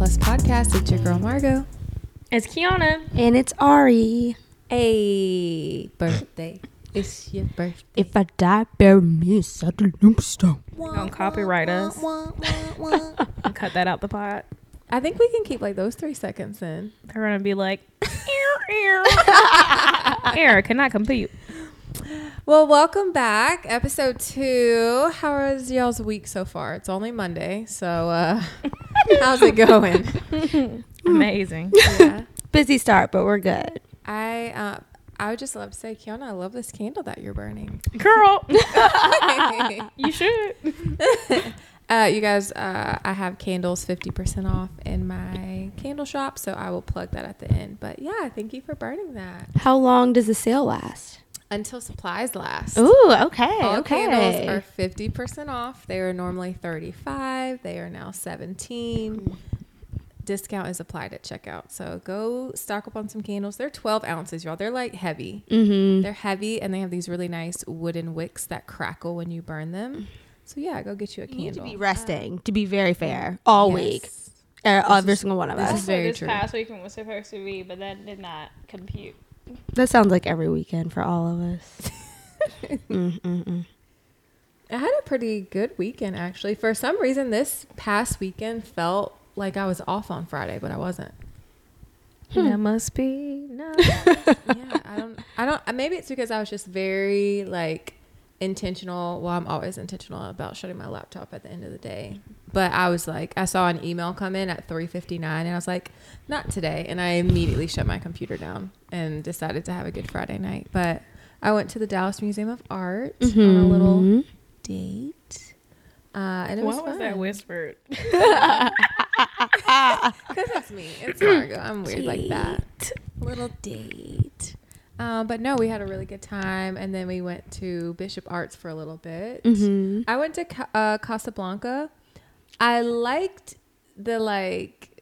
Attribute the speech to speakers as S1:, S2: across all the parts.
S1: podcast. It's your girl Margot.
S2: It's Kiana.
S3: And it's Ari.
S1: Hey, birthday. it's your birthday.
S3: If I die, bury me inside the tombstone.
S2: Don't copyright us. I'll cut that out the pot.
S1: I think we can keep like those three seconds in.
S2: They're gonna be like, error, error, cannot compute.
S1: Well, welcome back. Episode two. How is y'all's week so far? It's only Monday, so uh how's it going?
S2: Amazing.
S1: yeah.
S3: Busy start, but we're good.
S1: I uh I would just love to say, Kiana, I love this candle that you're burning.
S2: Girl, you should.
S1: Uh, you guys, uh, I have candles 50% off in my candle shop, so I will plug that at the end. But yeah, thank you for burning that.
S3: How long does the sale last?
S1: Until supplies last.
S3: Ooh, okay,
S1: All candles are 50% off. They are normally 35. They are now 17. Discount is applied at checkout. So go stock up on some candles. They're 12 ounces, y'all. They're like heavy.
S3: mm-hmm.
S1: They're heavy and they have these really nice wooden wicks that crackle when you burn them. So yeah, go get Mm-hmm. you a
S3: You need
S1: candle.
S3: to be resting, to be very fair, all week, uh, every single one of
S1: this
S3: us.
S1: is- very
S2: this
S1: true.
S2: past weekend was supposed to be, but that did not compute.
S3: That sounds like every weekend for all of us. Mm-mm-mm.
S1: I had a pretty good weekend actually. For some reason, this past weekend felt like I was off on Friday, but I wasn't.
S2: That must be no.
S1: yeah, I don't. I don't. uh, Maybe it's because I was just very like intentional. Well, I'm always intentional about shutting my laptop at the end of the day. But I was like, I saw an email come in at 3:59, and I was like, not today. And I immediately shut my computer down and decided to have a good Friday night. But I went to the Dallas Museum of Art on a little
S3: Mhm.
S1: date. Uh, and it was
S2: Mm-hmm. What was that
S1: fun.
S2: whispered?
S1: Because it's me. It's Margo. I'm weird like that. Little date. Um, but no, we had a really good time, and then we went to Bishop Arts for a little bit.
S4: Mm-hmm.
S3: Mhm.
S1: I went to Ca- uh, Casablanca. I liked the like,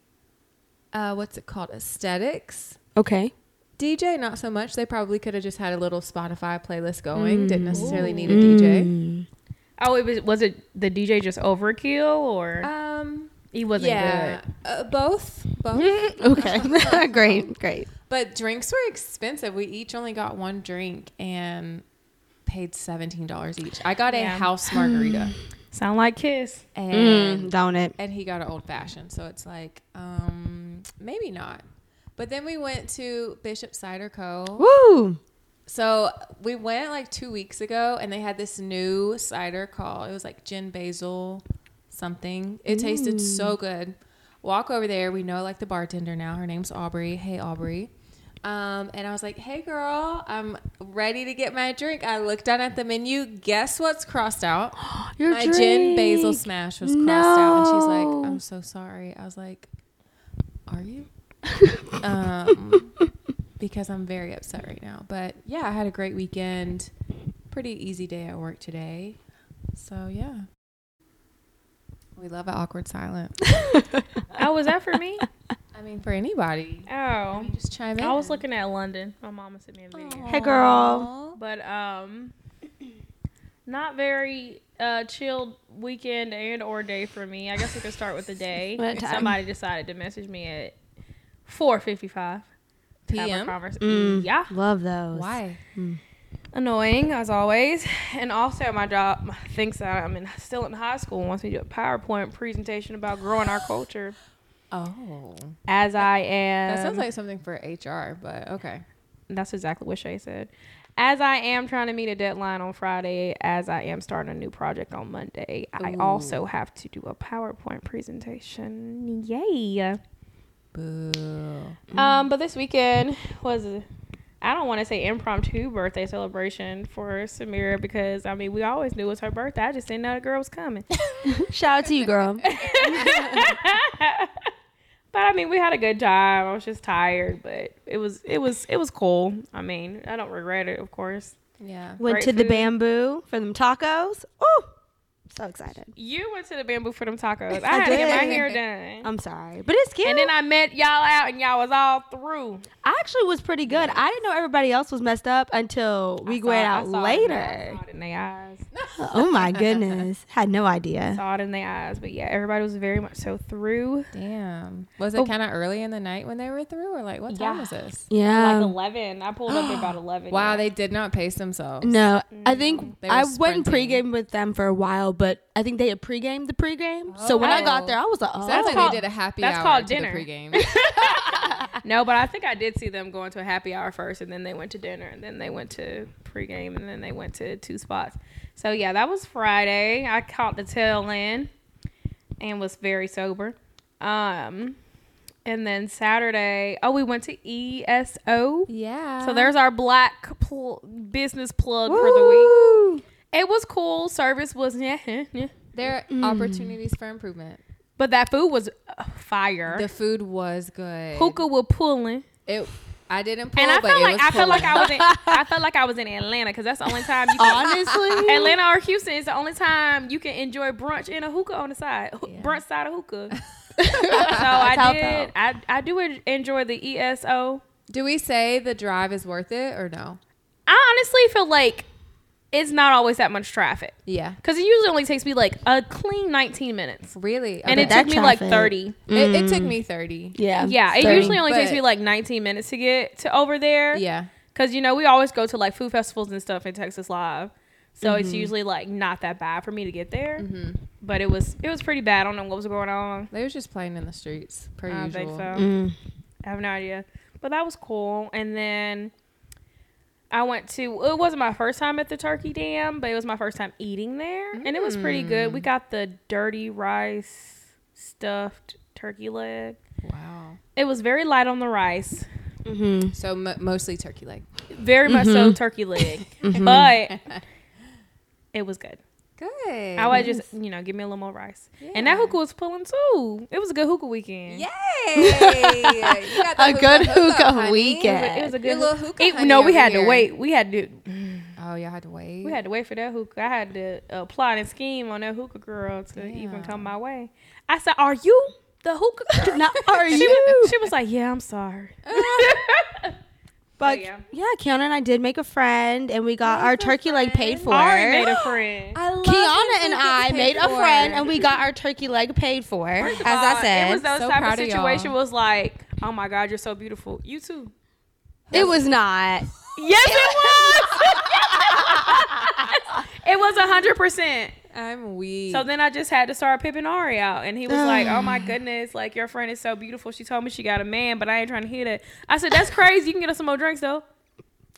S1: uh, what's it called? Aesthetics.
S3: Okay.
S1: DJ, not so much. They probably could have just had a little Spotify playlist going. Didn't necessarily need a DJ.
S3: Mm.
S2: Oh, it was. Was it the DJ just overkill, or
S1: Um,
S2: he wasn't
S1: yeah, Uh, both, both.
S3: Mm. Okay. great. Great.
S1: But drinks were expensive. We each only got one drink and paid seventeen dollars each. I got
S2: Yeah.
S1: a house margarita,
S2: good? Sound like Kiss.
S1: and
S3: Mm, don't it?
S1: and he got an old fashioned. So it's like, um, maybe not. But then we went to Bishop Cider Co.
S3: Woo.
S1: So we went like two weeks ago, and they had this new cider call. It was like gin basil something. It tasted so good. Walk over there. We know like the bartender now. Her name's Aubrey. Hey Aubrey. Um, and I was like, "Hey girl, I'm ready to get my drink." I looked down at the menu. Guess what's crossed out?
S3: Your
S1: my gin basil
S3: drink.
S1: smash was crossed out, and
S3: No.
S1: she's like, "I'm so sorry." I was like, "Are you?" um, because I'm very upset right now. But yeah, I had a great weekend. Pretty easy day at work today. So yeah, we love an awkward silence.
S2: Oh, was that for me?
S1: I mean, for anybody,
S2: Oh,
S1: you just chime in.
S2: I was looking at London. My mama sent me a video.
S3: Hey, girl.
S2: But um not very uh chilled weekend and or day for me. I guess we could start with the day.
S3: What time?
S2: Somebody decided to message me at 4:55 to have a
S1: PM.
S2: convers-
S3: Mm.
S2: Yeah.
S3: Love those.
S1: Why?
S2: Annoying as always. And also my job thinks that I'm in, still in high school and wants me to do a PowerPoint presentation about growing our culture
S1: Oh,
S2: as I am.
S1: that
S2: Um,
S1: sounds like something for HR. But okay.
S2: That's exactly what Shay said. As I am trying to meet a deadline on Friday, as I am starting a new project on Monday, I also have to do a PowerPoint presentation. Yay.
S1: Boo.
S2: Um, but this weekend was I don't want to say impromptu birthday celebration for Samira because I mean we always knew it was her birthday. I just didn't know the girl was coming.
S3: Shout out to you, girl.
S2: But I mean, we had a good time. I was just tired, but it was it was it was cool. I mean, I don't regret it, of course.
S1: Yeah.
S3: Went
S2: Great
S3: to the
S2: food.
S3: bamboo for them tacos. Oh, so excited.
S2: You went to the bamboo for them tacos. I,
S3: I
S2: had to get my
S3: did.
S2: hair done.
S3: I'm sorry, but it's cute.
S2: and then I met y'all out, and y'all was all through.
S3: I actually was pretty good. I didn't know everybody else was messed up until we went
S2: I saw- I
S3: out
S2: saw it. I
S3: later.
S2: saw it in their eyes.
S3: oh my goodness, had no
S2: I
S3: idea.
S2: saw it in their eyes. But yeah, everybody was very much so through.
S1: Damn. Was
S2: Oh.
S1: it kind of early in the night when they were through, or like what time
S2: Yeah.
S1: was this?
S2: Like
S3: Yeah.
S2: eleven, I pulled up at about eleven.
S1: Wow,
S2: yeah.
S1: they did not pace themselves.
S3: No, I think
S1: They were
S3: I went
S1: sprinting.
S3: pregame with them for a while, but I think they had pregame the pregame. So when I
S1: Oh.
S3: got there, I was like, oh,
S1: So that's
S2: That's
S1: like
S2: called-
S1: they did a happy
S2: that's
S1: hour
S2: called
S1: to
S2: dinner.
S1: the pregame.
S2: No, but I think I did see them going to a happy hour first, and then they went to dinner, and then they went to pregame, and then they went to two spots. So yeah, that was Friday. I caught the tail end and was very sober. Um, and then Saturday, oh, we went to ESO.
S1: yeah.
S2: So there's our black pl- business plug for the
S3: Woo.
S2: week. It was cool. Service was yeah, yeah, yeah.
S1: there
S2: Mm.
S1: are opportunities for improvement.
S2: but that food was uh, fire.
S1: The food was good.
S2: Hookah was pulling.
S1: It. I didn't pull,
S2: And I
S1: but
S2: felt
S1: it
S2: like
S1: was
S2: I felt like
S1: pulling.
S2: I was in I felt like I was in Atlanta because that's the only time you can,
S3: Honestly,
S2: Atlanta or Houston is the only time you can enjoy brunch in a hookah on the side, Hoo-
S1: Yeah.
S2: brunch side of hookah. so I
S3: how
S2: did I I do en- enjoy the E ESO.
S1: Do we say the drive is worth it or no?
S2: I honestly feel like it's not always that much traffic
S1: Yeah.
S2: because it usually only takes me like a clean 19 minutes,
S1: Really?
S2: and
S1: Okay.
S2: it Mm.
S3: that
S2: took me like
S3: traffic.
S2: 30.
S1: it, it took me thirty.
S3: yeah,
S2: Yeah, it
S3: 30.
S2: usually only takes
S1: But-
S2: me like 19 minutes to get to over there.
S1: Yeah.
S2: Cause you know we always go to like food festivals and stuff in Texas live, so it's usually like not that bad for me to get there. But it was it was pretty bad. I don't know what was going on.
S1: They was just playing in the streets per
S2: I don't
S1: usual.
S2: think so.
S3: Mm.
S2: I have no idea. But that was cool. And then I went to it wasn't my first time at the Turkey Dam, but it was my first time eating there, and it was pretty good. We got the dirty rice stuffed turkey leg.
S1: Wow.
S2: It was very light on the rice.
S3: Mhm.
S1: So m- mostly turkey leg.
S2: very much so turkey leg, but it was good.
S1: Good.
S2: I would just you know give me a little more rice, and that
S1: Yeah.
S2: hookah was pulling too. It was a good hookah weekend.
S1: Yay! You got the
S3: A good hookah
S1: honey.
S3: weekend.
S2: It was a
S1: Your
S2: good
S1: little
S2: hoo-
S1: hookah
S2: It-
S1: honey
S2: no, we
S1: over
S2: had to
S1: here.
S2: wait. We had to
S1: Oh, y'all had to wait.
S2: we had to wait for that hookah. I had to uh, plot and scheme on that hookah girl to even
S1: Damn.
S2: come my way. I said, "Are you the hookah girl?"
S3: Now, are
S2: she,
S3: you?
S2: was, she was like, "Yeah, I'm sorry."
S1: Oh,
S3: But
S2: yeah.
S3: yeah. Kiana and I did make a friend, and we got
S1: Make
S3: our
S1: a
S3: turkey leg paid
S1: friend.
S3: for.
S2: Ari made a friend.
S1: I love
S3: Kiana and
S1: when
S3: I
S1: hookahs
S3: made
S1: paid
S3: a
S1: for.
S3: friend, and we got our turkey leg paid for. As I
S2: Uh,
S3: said,
S2: it was those
S1: So
S2: type of
S1: proud of y'all.
S2: situation. Was like, "Oh my God, you're so beautiful." You too.
S3: not.
S2: Yes, it was. it was a hundred percent.
S1: I'm weak.
S2: So then I just had to start pipping Ari out, and he was like, "Oh my goodness, like your friend is so beautiful." She told me she got a man, but I ain't trying to hear that. I said, "That's crazy. You can get us some more drinks though,"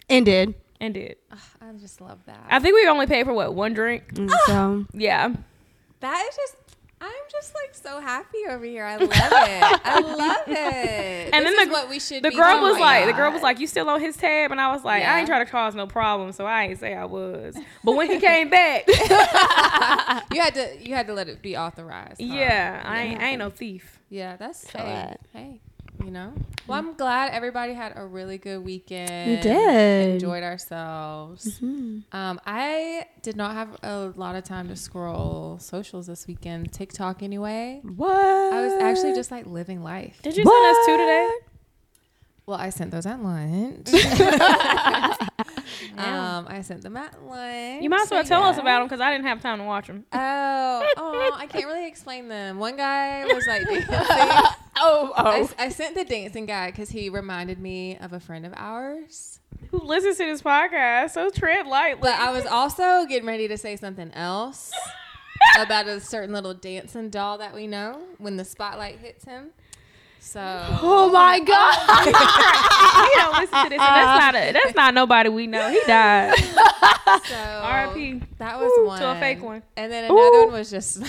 S3: Ended.
S2: and did.
S1: I just love that.
S2: I think we only paid for what one drink.
S4: Mm,
S3: And So
S2: Yeah,
S1: that is just. I'm just like so happy over here. I love it. I love it.
S2: And
S1: This
S2: then
S1: is
S2: the-
S1: what we should.
S2: the
S1: be
S2: girl
S1: doing.
S2: was like, "The girl was like, you still on his tab?" And I was like, "I ain't
S1: Yeah.
S2: trying to cause no problem, so I ain't say I was." But when he came back,
S1: you had to you had to let it be authorized. huh?
S2: yeah, I ain't, I ain't no thief.
S1: yeah. That's
S3: So
S1: hey,
S3: what?
S1: hey, you know. Well, I'm glad everybody had a really good weekend.
S3: We did.
S1: enjoyed ourselves.
S2: Mm-hmm.
S1: Um, I did not have a lot of time to scroll socials this weekend. TikTok anyway.
S3: what?
S1: I was actually just like living life.
S2: Did you send us two today?
S1: Well, I sent those at lunch. um, I sent them at lunch.
S2: You might as well
S1: so
S2: tell us
S1: yeah.
S2: about them because I didn't have time to watch them.
S1: Oh, oh, I can't really explain them. One guy was like dancing.
S3: Oh, oh.
S1: I, I sent the dancing guy because he reminded me of a friend of ours.
S2: Who listens to this podcast? So tread lightly.
S1: But I was also getting ready to say something else about a certain little dancing doll that we know when the spotlight hits him. So
S3: oh my god.
S2: he don't listen to this, and that's not a, that's not nobody we know. He died.
S1: So
S2: R.I.P.
S1: That was
S2: Ooh,
S1: one.
S2: to a fake one.
S1: And then another
S3: Ooh.
S1: one was just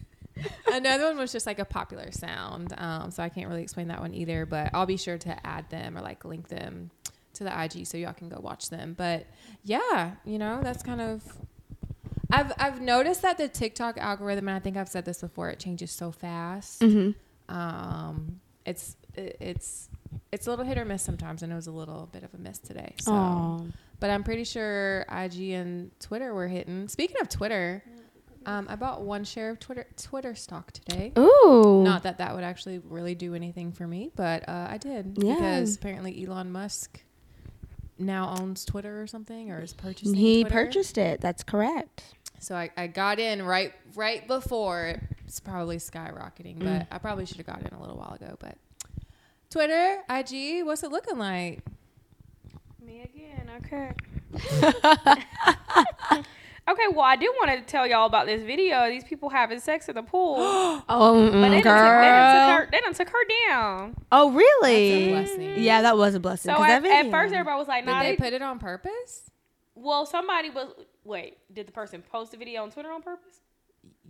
S1: another one was just like a popular sound. Um, so I can't really explain that one either, but I'll be sure to add them or like link them to the IG so y'all can go watch them. But yeah, you know, that's kind of I've I've noticed that the TikTok algorithm, and I think I've said this before, it changes so fast.
S4: Mm-hmm.
S2: Mm-hmm.
S1: Um, it's it- it's it's a little hit or miss sometimes, and it was a little bit of a miss today. So. But I'm pretty sure IG and Twitter were hitting. Speaking of Twitter, Um, I bought one share of Twitter Twitter stock today.
S4: Ooh.
S1: Not that that would actually really do anything for me, but uh, I did
S4: Yeah.
S1: because apparently Elon Musk now owns Twitter or something, or is purchasing.
S4: he
S1: Twitter.
S4: purchased it. That's correct.
S1: So I, I got in right right before it's probably skyrocketing, but
S4: Mm.
S1: I probably should have got in a little while ago. But Twitter, IG, what's it looking like?
S2: Oh, Me again, okay. okay, well, I do want to tell y'all about this video of these people having sex in the pool.
S4: Oh,
S2: but they, done took, they, done
S4: mm,
S2: took
S4: girl.
S2: her, they done took her down.
S4: Oh, really?
S1: That's a blessing.
S4: Yeah, that was a blessing.
S2: So
S4: 'cause
S2: at,
S4: that
S2: at
S4: video-
S2: first, everybody was like,
S1: Did
S2: nah,
S1: they
S2: they,
S1: put it on purpose?
S2: well, somebody was, wait, did the person post the video on Twitter on purpose?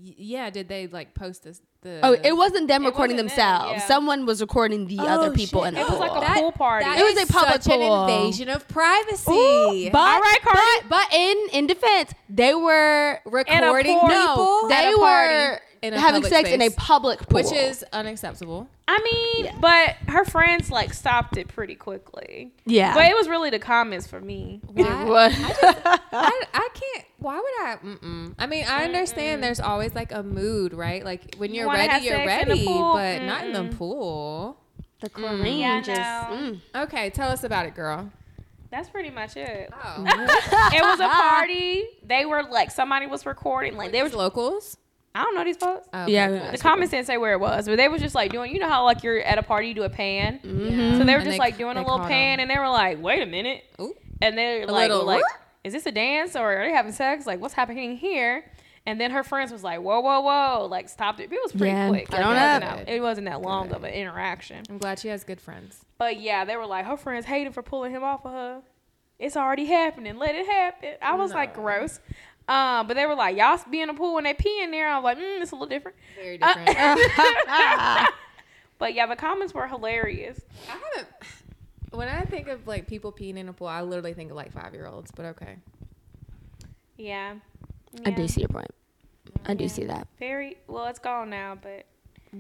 S1: Y- yeah. Did they like post this? The
S4: Oh, it wasn't them
S2: It
S4: recording
S2: wasn't them,
S4: themselves.
S2: yeah.
S4: Someone was recording the other people in the
S2: It was
S4: pool.
S2: like a pool party.
S1: That
S4: It was
S1: is
S4: a public
S1: such
S4: pool.
S1: an invasion of privacy.
S4: Ooh, but,
S2: All right, Cardi.
S4: but but in in defense, they were recording
S2: pool. No,
S4: people.
S2: at
S4: They
S2: a party.
S4: were
S1: In a
S4: having
S1: public
S4: sex in a
S1: space.
S4: public pool,
S1: which is unacceptable.
S2: I mean, but her friends, like, stopped it pretty quickly.
S4: yeah.
S2: But it was really the comments for me.
S1: Why-
S4: What? Uh.
S1: I, I can't. Why would I? Mm-mm. I mean, I understand. There's always like a mood, right? Like when you're
S2: wanna have
S1: ready, you're
S2: sex in the
S1: ready,
S2: pool?
S1: but not in the pool.
S4: the Mm, chlorine
S2: Yeah, I
S4: just.
S2: know.
S4: mm.
S1: Okay, tell us about it, girl.
S2: That's pretty much it.
S1: Oh,
S2: it was a party. They were like somebody was recording. Like they
S1: they
S2: were.
S1: were locals.
S2: I don't know these folks.
S1: Oh,
S4: Yeah,
S1: cool.
S4: yeah.
S2: The comments didn't say where it was, but they was just like doing. You know how like you're at a party, you do a pan. So they were
S1: Mm-hmm. And
S2: just
S1: they-
S2: like doing
S1: they
S2: a little
S1: caught
S2: pan, and they were like, "Wait a minute,"
S1: Ooh.
S2: and they're like,
S1: little,
S2: "Like,
S1: "What?"
S2: is this a dance or are they having sex? Like, what's happening here?" And then her friends was like, "Whoa, whoa, whoa!" Like stopped it. It was pretty
S4: Yeah,
S2: quick.
S4: get
S2: Like,
S4: on
S2: it wasn't
S1: up.
S2: that- It wasn't that long of an interaction.
S1: I'm glad she has good friends.
S2: But yeah, they were like, her friends hated for pulling him off of her. It's already happening. Let it happen. I was like,
S1: No.
S2: gross. Um, but they were like, y'all be in the pool when they pee in there. I was like, mm, it's a little different.
S1: Very
S2: Uh,
S1: different.
S2: but yeah, the comments were hilarious.
S1: I haven't. When I think of like people peeing in a pool, I literally think of like five year olds. But okay,
S2: Yeah.
S4: I
S2: Yeah.
S4: do see your point. I do see that.
S2: Very well. It's gone now, but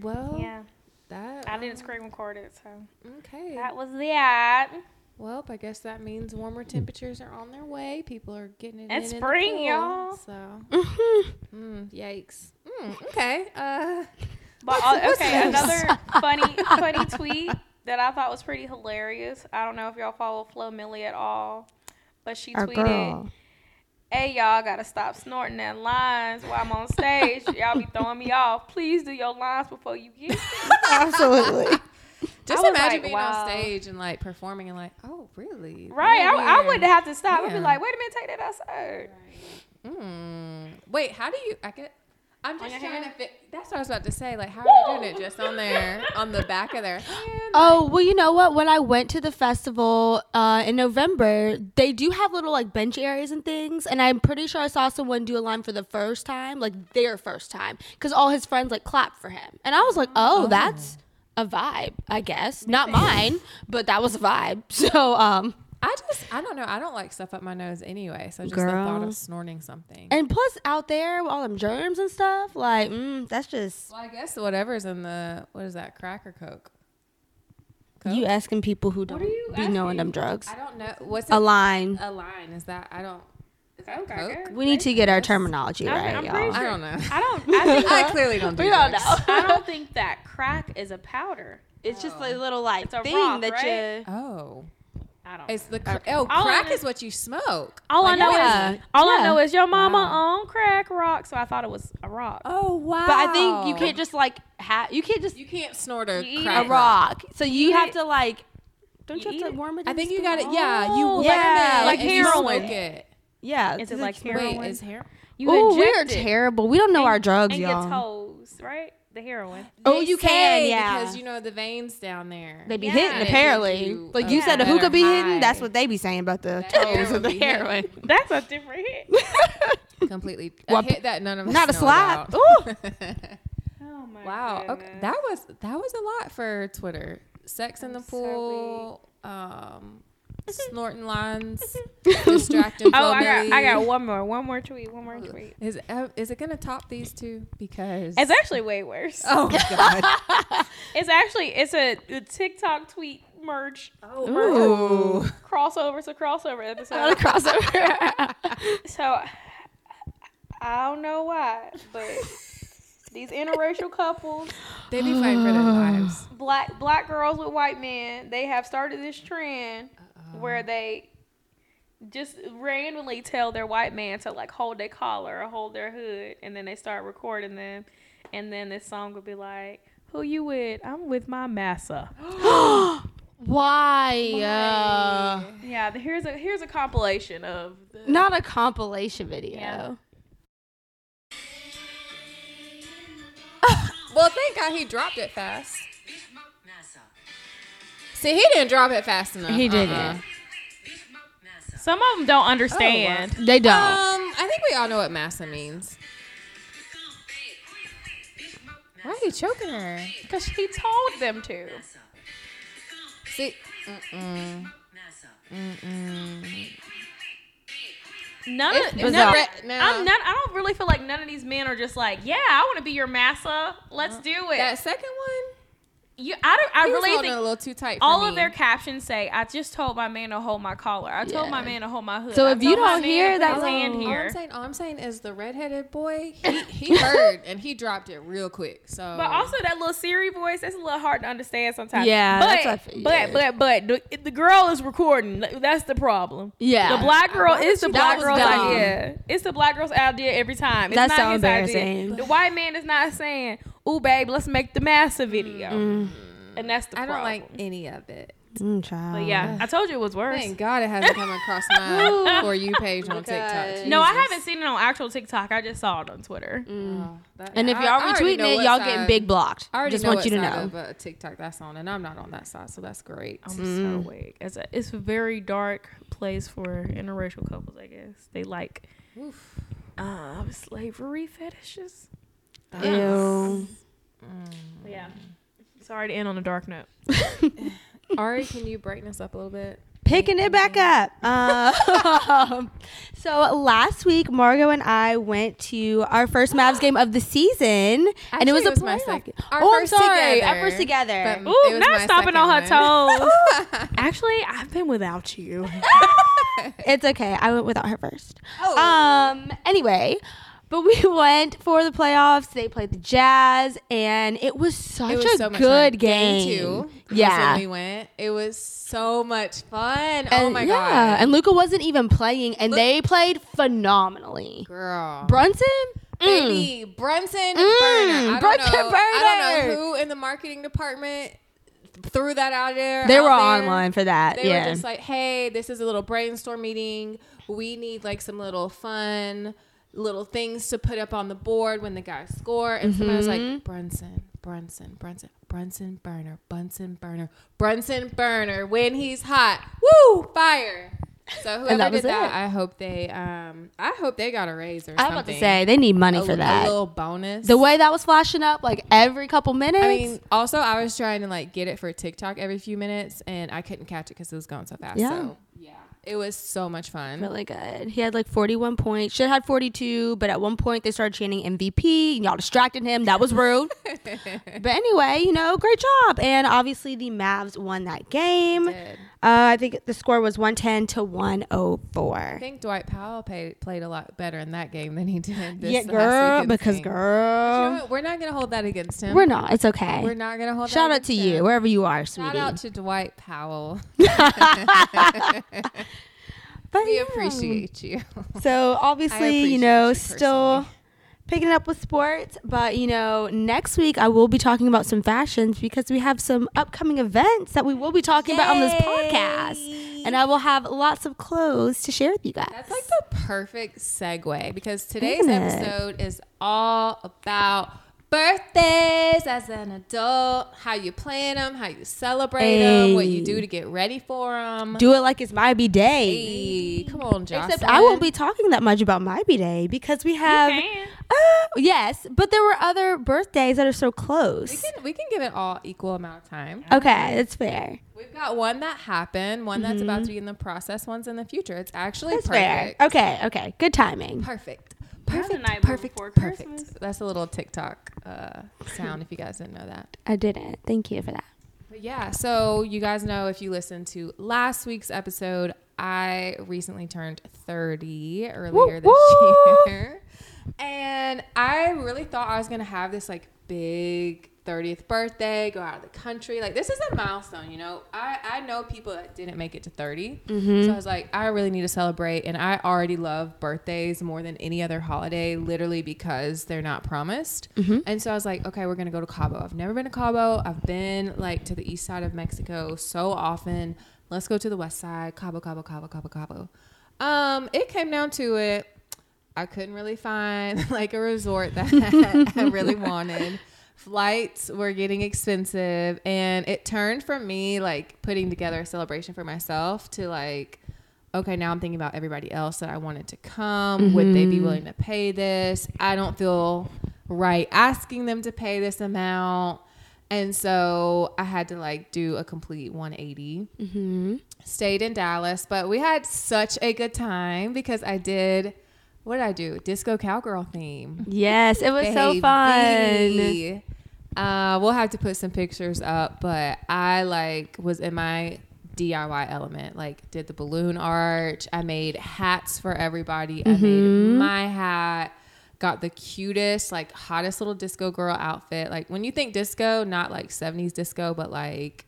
S1: well,
S2: yeah,
S1: that um,
S2: I didn't screen record it, so
S1: Okay.
S2: that was that.
S1: Well, I guess that means warmer temperatures are on their way. People are getting it
S2: It's
S1: in in the
S2: spring,
S1: pool,
S2: y'all.
S1: So,
S4: Mhm.
S1: mm, yikes. Mm, okay. Uh,
S2: But uh, okay, another funny, funny tweet that I thought was pretty hilarious. I don't know if y'all follow Flo Millie at all, but she
S4: Our
S2: tweeted.
S4: girl.
S2: hey y'all gotta stop snorting that lines while i'm on stage y'all be throwing me off please do your lines before you get there."
S4: Absolutely.
S1: just
S2: was
S1: imagine
S2: like,
S1: being
S2: wow.
S1: on stage and like performing and like, oh, really?
S2: right
S1: That
S2: I, I
S1: weird.
S2: wouldn't have to stop i'd be
S1: Yeah.
S2: like wait a minute take that outside
S1: Mm. Wait, how do you? I get. I'm just
S2: your
S1: trying
S2: hand?
S1: to fit. That's what I was about to say. Like, how are they doing it? Just on their, on the back of their hand.
S4: Oh well, you know what? When I went to the festival uh, in November, they do have little like bench areas and things, and I'm pretty sure I saw someone do a line for the first time, like their first time, because all his friends like clapped for him, and I was like, oh, that's a vibe, I guess. Not mine, but that was a vibe. So um,
S1: I just, I don't know. I don't like stuff up my nose anyway. So just the thought
S4: Girl.
S1: of snorting something.
S4: and plus out there with all them germs and stuff, like mm, that's just
S1: Well, I guess whatever's in the what is that crack or coke? Coke?
S4: you asking people who don't
S1: you
S4: be
S1: asking?
S4: knowing them drugs.
S1: I don't know. What's
S4: A
S1: a,
S4: line.
S1: line? Is that I don't? Is that
S2: Okay,
S1: coke?
S2: girl.
S4: We need to get our terminology
S2: I'm-
S4: right,
S2: I'm pretty
S4: y'all.
S1: I don't know.
S2: i don't i think
S1: I clearly don't. Do
S4: We don't
S1: drugs.
S4: know.
S2: i don't think that crack is a powder
S4: It's just a little like
S2: a rock, right?
S4: you.
S1: Oh,
S2: i don't
S1: it's the cr- oh
S2: All
S1: crack
S2: I-
S1: is what you smoke.
S2: all i
S1: Like,
S2: know
S4: yeah,
S2: is all i
S4: yeah.
S2: know is your mama
S1: Wow.
S2: on crack rock so i thought it was a rock
S1: Oh wow!
S4: But I think you
S1: Oh.
S4: can't just like ha- you can't just
S1: you can't snort a
S2: You eat
S1: crack
S4: a rock. So you
S2: You
S4: have
S2: eat
S4: to like. Don't
S2: you
S4: you,
S2: eat
S4: have
S2: it?
S4: to warm it?
S1: I
S4: in
S1: think
S4: the
S1: you
S4: spoon?
S1: got it. Yeah, you
S2: Oh,
S1: warm
S4: yeah.
S1: it
S2: Like
S1: and you
S2: heroin.
S1: smoke it.
S4: Yeah.
S2: Is it like
S1: Wait,
S2: heroin?
S1: is heroin?
S2: you
S4: Oh, we are
S2: inject it
S4: terrible. We don't know
S2: in-
S4: our drugs,
S2: in your
S4: y'all.
S2: toes right the heroin
S4: Oh,
S1: They
S4: you can,
S1: say
S4: yeah.
S1: because you know the veins down there.
S4: They be
S2: Yeah.
S4: hitting
S2: And it gives
S4: apparently.
S1: you
S4: like
S1: a
S4: you said, the
S1: better
S4: hookah be hitting.
S1: high.
S4: That's what they be saying about the
S1: That
S4: toes
S1: heroin
S4: of the
S1: be hitting.
S4: heroin.
S2: that's a different hit
S1: completely
S4: Well,
S1: a hit that none of us
S4: not a
S1: know
S4: slap.
S1: about.
S2: Oh my
S1: wow, okay.
S2: goodness.
S1: that was that was a lot for Twitter. Sex in the
S2: I'm so
S1: pool, um, snorting lines, distracting.
S2: Oh, I
S1: Billy.
S2: got, I got one more, one more tweet, one more tweet.
S1: Is uh, is it gonna top these two? Because
S2: It's actually way worse.
S1: oh god,
S2: It's actually it's a, a TikTok tweet merge
S4: Oh. Ooh.
S2: crossover to crossover
S4: Not a
S2: episode.
S4: crossover.
S2: so I I don't know why, but these interracial couples,
S1: They be fighting for their lives.
S2: black black girls with white men, they have started this trend where they just randomly tell their white man to like hold their collar or hold their hood, and then they start recording them, and then this song would be like, "Who you with? I'm with my massa."
S4: Why? Uh,
S2: Yeah, the- here's a here's a compilation of the
S4: not a compilation video.
S2: Yeah.
S1: Well, thank God he dropped it fast. See, he didn't drop it fast enough. Uh-uh.
S4: He didn't.
S2: Some of them
S1: Oh,
S2: don't understand.
S4: They don't.
S1: Um, I think we all know what massa means. Why are you choking her?
S2: Because he told them to.
S1: See, mm-mm.
S2: None
S1: It's
S2: of
S1: bizarre.
S2: none of-
S1: Now-
S2: I'm not. I don't really feel like none of these men are just like, yeah, I want to be your massa. Let's do it.
S1: Uh, that second one,
S2: you, I don't. I
S1: he was
S2: really
S1: holding it a
S2: think
S1: little too tight. For
S2: all
S1: me.
S2: of their captions say, "I just told my man to hold my collar. I told my
S4: Yeah.
S2: man to hold my hood."
S4: So
S2: I
S4: if you
S2: told my man
S4: don't
S2: to
S4: hear
S2: put
S4: that
S2: his hand
S4: song-
S1: All I'm
S2: here.
S1: saying, all I'm saying is the redheaded boy, he, he heard and he dropped it real quick. So,
S2: But also that little Siri voice, that's a little hard to understand sometimes.
S4: Yeah,
S2: but
S4: that's what I figured.
S2: but but but the, the girl is recording. That's the problem.
S4: Yeah.
S2: the black girl
S1: why
S2: is
S1: did you-
S2: the black
S4: That
S2: girl's
S4: was dumb.
S2: idea. It's the black girl's idea every time. It's
S4: That's
S2: not
S4: so
S2: his
S4: embarrassing.
S2: Idea. The white man is not saying, "Ooh, babe, let's make the massive video,"
S4: Mm-hmm.
S2: and that's the
S1: I don't
S2: problem.
S1: like any of it.
S4: Mm, child.
S2: But yeah, I told you it was worse.
S1: Thank God it hasn't come across Oh my for you page on TikTok.
S2: No, I haven't seen it on actual TikTok. I just saw it on Twitter.
S1: Oh, that-
S4: Mm. And if
S1: I-
S4: y'all
S1: I already
S4: retweeting
S1: know
S4: it,
S1: what
S4: y'all
S1: side-
S4: getting big blocked.
S1: I already
S4: Just
S1: know
S4: want
S1: what
S4: you to
S1: side
S4: know.
S1: Of, uh, TikTok that's on, and I'm not on that side, so that's great.
S2: I'm
S1: Mm.
S2: so weak. It's a, it's a very dark place for interracial couples, I guess. They like
S1: Oof.
S2: uh, slavery fetishes.
S4: Ew.
S2: Yeah.
S1: Mm.
S2: Sorry to end on a dark note.
S1: Ari, can you brighten us up a little bit?
S4: Picking it back up. Um, so last week, Margot and I went to our first Mavs game of the season, and
S1: Actually,
S4: it was a
S1: it was my
S4: playoff
S1: second-
S4: game.
S1: our
S4: oh, I'm
S1: first
S4: sorry,
S1: together,
S4: our first together.
S1: but- Mm, It
S2: Ooh,
S1: was
S2: not
S1: my
S2: stopping on her
S1: second
S2: toes. Actually, I've been without you.
S4: it's okay. I went without her first. Um. Anyway, but we went for the playoffs. They played the Jazz, and it was such
S1: it was
S4: a
S1: so much fun.
S4: good
S1: Game
S4: game.
S1: two. was
S4: Yeah.
S1: when we went. It was so much fun. oh
S4: And-
S1: my
S4: yeah,
S1: god,
S4: and Luca wasn't even playing, and they played phenomenally.
S1: girl,
S4: Brunson, Mm.
S1: baby Brunson Burner. I don't
S4: Brunson
S1: know. I
S4: Burner.
S1: don't know who in the marketing department threw that out there.
S4: they
S1: out
S4: were
S1: there.
S4: online for that.
S1: They
S4: yeah,
S1: were just like, "Hey, this is a little brainstorm meeting. We need like some little fun." Little things to put up on the board when the guys score, and somebody was
S4: Mm-hmm.
S1: like Brunson, Brunson, Brunson, Brunson burner, Brunson burner, Brunson burner. When he's hot, woo, fire! So whoever
S4: that was
S1: did that,
S4: it.
S1: I hope they, um, I hope they got a raise or
S4: I'm
S1: something.
S4: about to say they need money
S1: a,
S4: for
S1: a
S4: that.
S1: little bonus.
S4: the way that was flashing up, like every couple minutes.
S1: I mean, also I was trying to like get it for TikTok every few minutes, and I couldn't catch it because it was going so fast.
S4: Yeah.
S1: So yeah, it was so much fun.
S4: really good. He had like 41 points. Should have had 42, but at one point they started chanting MVP and y'all distracted him. That was rude. but anyway, you know, great job. And obviously the Mavs won that game. Uh,
S1: Did.
S4: I think the score was 110 to 104.
S1: I think Dwight Powell played, played a lot better in that game than he did this
S4: Yeah,
S1: last
S4: girl,
S1: weekend's
S4: because
S1: game. You know
S4: girl,
S1: what? we're not gonna hold that against him.
S4: we're not. It's okay.
S1: We're not gonna hold.
S4: Shout
S1: that
S4: out to
S1: against
S4: you,
S1: him.
S4: wherever you are,
S1: Shout
S4: sweetie.
S1: out to Dwight Powell.
S4: But
S1: We
S4: yeah.
S1: appreciate you.
S4: So obviously, you know,
S1: appreciate you
S4: still
S1: personally.
S4: picking up with sports, but you know, next week I will be talking about some fashions because we have some upcoming events that we will be talking about on this podcast, and I will have lots of clothes to share with you guys.
S1: That's like the perfect segue because today's
S4: Isn't it?
S1: episode is all about birthdays as an adult, how you plan them, how you celebrate them, what you
S4: Ayy.
S1: do to get ready for them.
S4: Do it like it's my b day.
S1: Come on, Jocelyn.
S4: Except I won't be talking that much about my b day because we have.
S2: can.
S3: Oh,
S4: Uh, yes, but there were other birthdays that are so
S1: We
S4: close.
S1: can, we can give it all equal amount of time.
S4: Okay, that's fair.
S1: We've got one that happened, one that's about to be in the process, one's in the future. It's actually
S4: Mm-hmm. That's
S1: perfect.
S4: fair. Okay, okay, good timing.
S1: Perfect.
S2: That's a
S1: Perfect.
S2: night
S1: Perfect.
S2: before
S1: Perfect.
S2: Christmas.
S1: That's a little TikTok uh, sound if you guys didn't know that.
S4: I didn't. Thank you for that.
S1: But yeah, so you guys know if you listened to last week's episode, I recently turned 30 earlier
S2: Woo,
S1: this
S2: woo.
S1: year. And I really thought I was going to have this like big 30th birthday, go out of the country. Like, this is a milestone, you know? I, I know people that didn't make it to 30. So I was like, I really need to celebrate. And I already love birthdays more than any other holiday, literally because they're not promised. And so I was like, okay, we're going to go to Cabo. I've never been to Cabo. I've been like to the east side of Mexico so often. Let's go to the west side, Cabo, Cabo, Cabo, Cabo, Cabo. Um, it came down to it. I couldn't really find like a resort that I really wanted. Flights were getting expensive, and it turned from me like putting together a celebration for myself to like, okay, now I'm thinking about everybody else that I wanted to come. Would they be willing to pay this? I don't feel right asking them to pay this amount. And so I had to like do a complete 180 stayed in Dallas, but we had such a good time because I did what did I do? Disco cowgirl theme.
S3: Yes, it was so fun.
S1: Baby. Uh, we'll have to put some pictures up, but I like was in my DIY element. Like did the balloon arch. I made hats for everybody. I
S3: Mm-hmm.
S1: made my hat. Got the cutest, like hottest little disco girl outfit. Like when you think disco, not like 70s disco, but like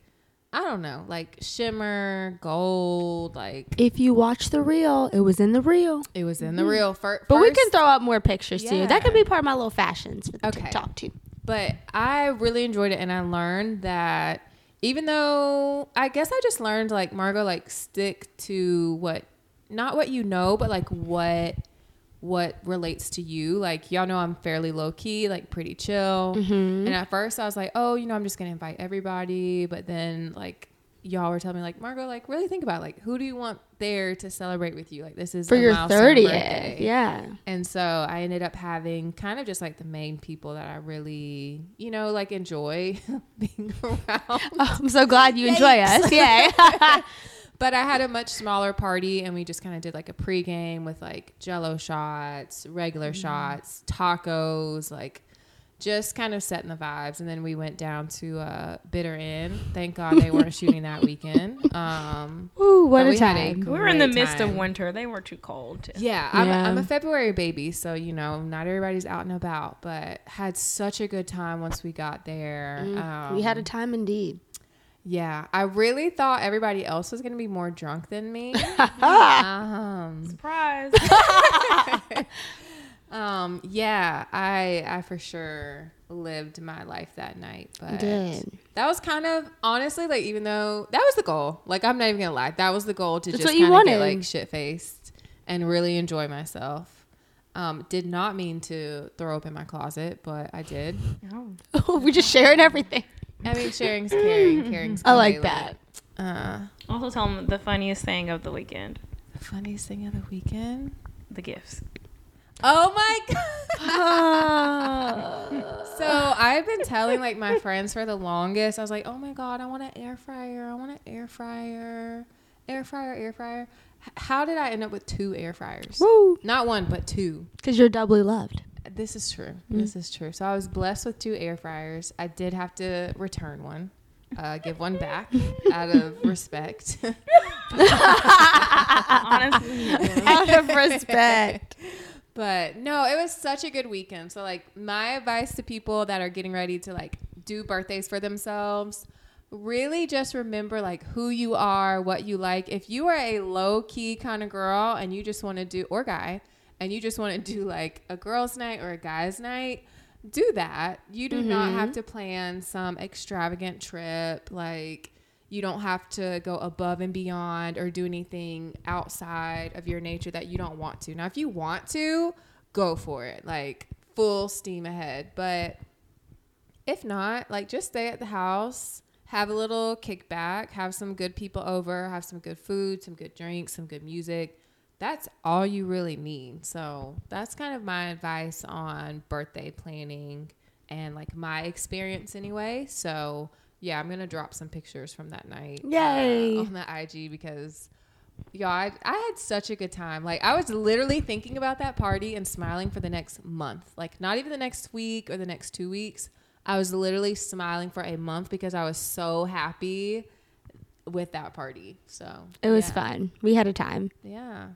S1: I don't know, like shimmer, gold, like
S3: If you watch the reel, it was in the reel.
S1: it was in the real fir- first.
S3: Mm-hmm. But we can throw up more pictures too.
S1: Yeah.
S3: That could be part of my little fashions for the
S1: Okay.
S3: TikTok too.
S1: But I really enjoyed it, and I learned that even though I guess I just learned like Margot, like stick to what, not what you know, but like what what relates to you. Like y'all know I'm fairly low key, like pretty chill.
S3: Mm-hmm.
S1: And at first I was like, oh, you know, I'm just gonna invite everybody. But then like y'all were telling me like Margot, like really think about it. like who do you want there to celebrate with you? Like this is
S3: For
S1: a
S3: your
S1: milestone
S3: 30th.
S1: birthday.
S3: Yeah.
S1: And so I ended up having kind of just like the main people that I really, you know, like enjoy being around.
S3: Oh, I'm so glad you enjoy us. Yeah.
S1: But I had a much smaller party and we just kind of did like a pregame with like jello shots, regular
S3: Mm-hmm.
S1: shots, tacos, like just kind of setting the vibes. And then we went down to uh, Bitter Inn. Thank God they weren't shooting that weekend. Um,
S3: Ooh,
S1: but
S3: what a
S1: we had
S3: time.
S2: We were in the
S1: great
S2: midst of
S1: time.
S2: winter. They were too cold. To
S1: Yeah, I'm,
S3: Yeah.
S1: I'm a February baby, so you know, not everybody's out and about, but had such a good time once we got there. Um,
S3: Mm, we had a time indeed.
S1: yeah, I really thought everybody else was gonna be more drunk than me. um,
S2: Surprise.
S1: um, yeah, I I for sure lived my life that night, but
S3: Good.
S1: that was kind of honestly like even though that was the goal, like I'm not even gonna lie, that was the goal to
S3: That's
S1: just
S3: what you
S1: kind of get
S3: wanted.
S1: like shit faced and really enjoy myself. Um, did not mean to throw up in my closet, but I did.
S2: Oh.
S3: we just sharing everything.
S1: I mean, sharing's caring. Caring's.
S3: I like
S1: completely- Uh,
S2: Also, tell them the funniest thing of the weekend:
S1: the funniest thing of the weekend.
S2: the gifts.
S1: Oh my god. so I've been telling like my friends for the longest. I was like, "Oh my god, I want an air fryer. I want an air fryer. Air fryer, air fryer." H- how did I end up with two air fryers?
S3: Woo.
S1: Not one, but two. Mm.
S3: Because you're doubly loved.
S1: This is true. This is true. So I was blessed with two air fryers. I did have to return one, uh, give one back out of respect.
S2: Honestly,
S3: Out of respect.
S1: But no, it was such a good weekend. So like my advice to people that are getting ready to like do birthdays for themselves, really just remember like who you are, what you like. If you are a low key kind of girl and you just want to do or guy and you just want to do like a girls night or a guys night, do that. You do not
S3: Mm-hmm.
S1: have to plan some extravagant trip like you don't have to go above and beyond or do anything outside of your nature that you don't want to. Now, if you want to, go for it, like full steam ahead. But if not, like just stay at the house, have a little kickback, have some good people over, have some good food, some good drinks, some good music. That's all you really need. So that's kind of my advice on birthday planning and like my experience anyway. So yeah, I'm gonna drop some pictures from that night. uh,
S3: Yay.
S1: on the IG because y'all, I, I had such a good time. Like I was literally thinking about that party and smiling for the next month. Like not even the next week or the next two weeks. I was literally smiling for a month because I was so happy with that party. So
S3: It was
S1: yeah.
S3: fun. We had a time.
S1: Yeah.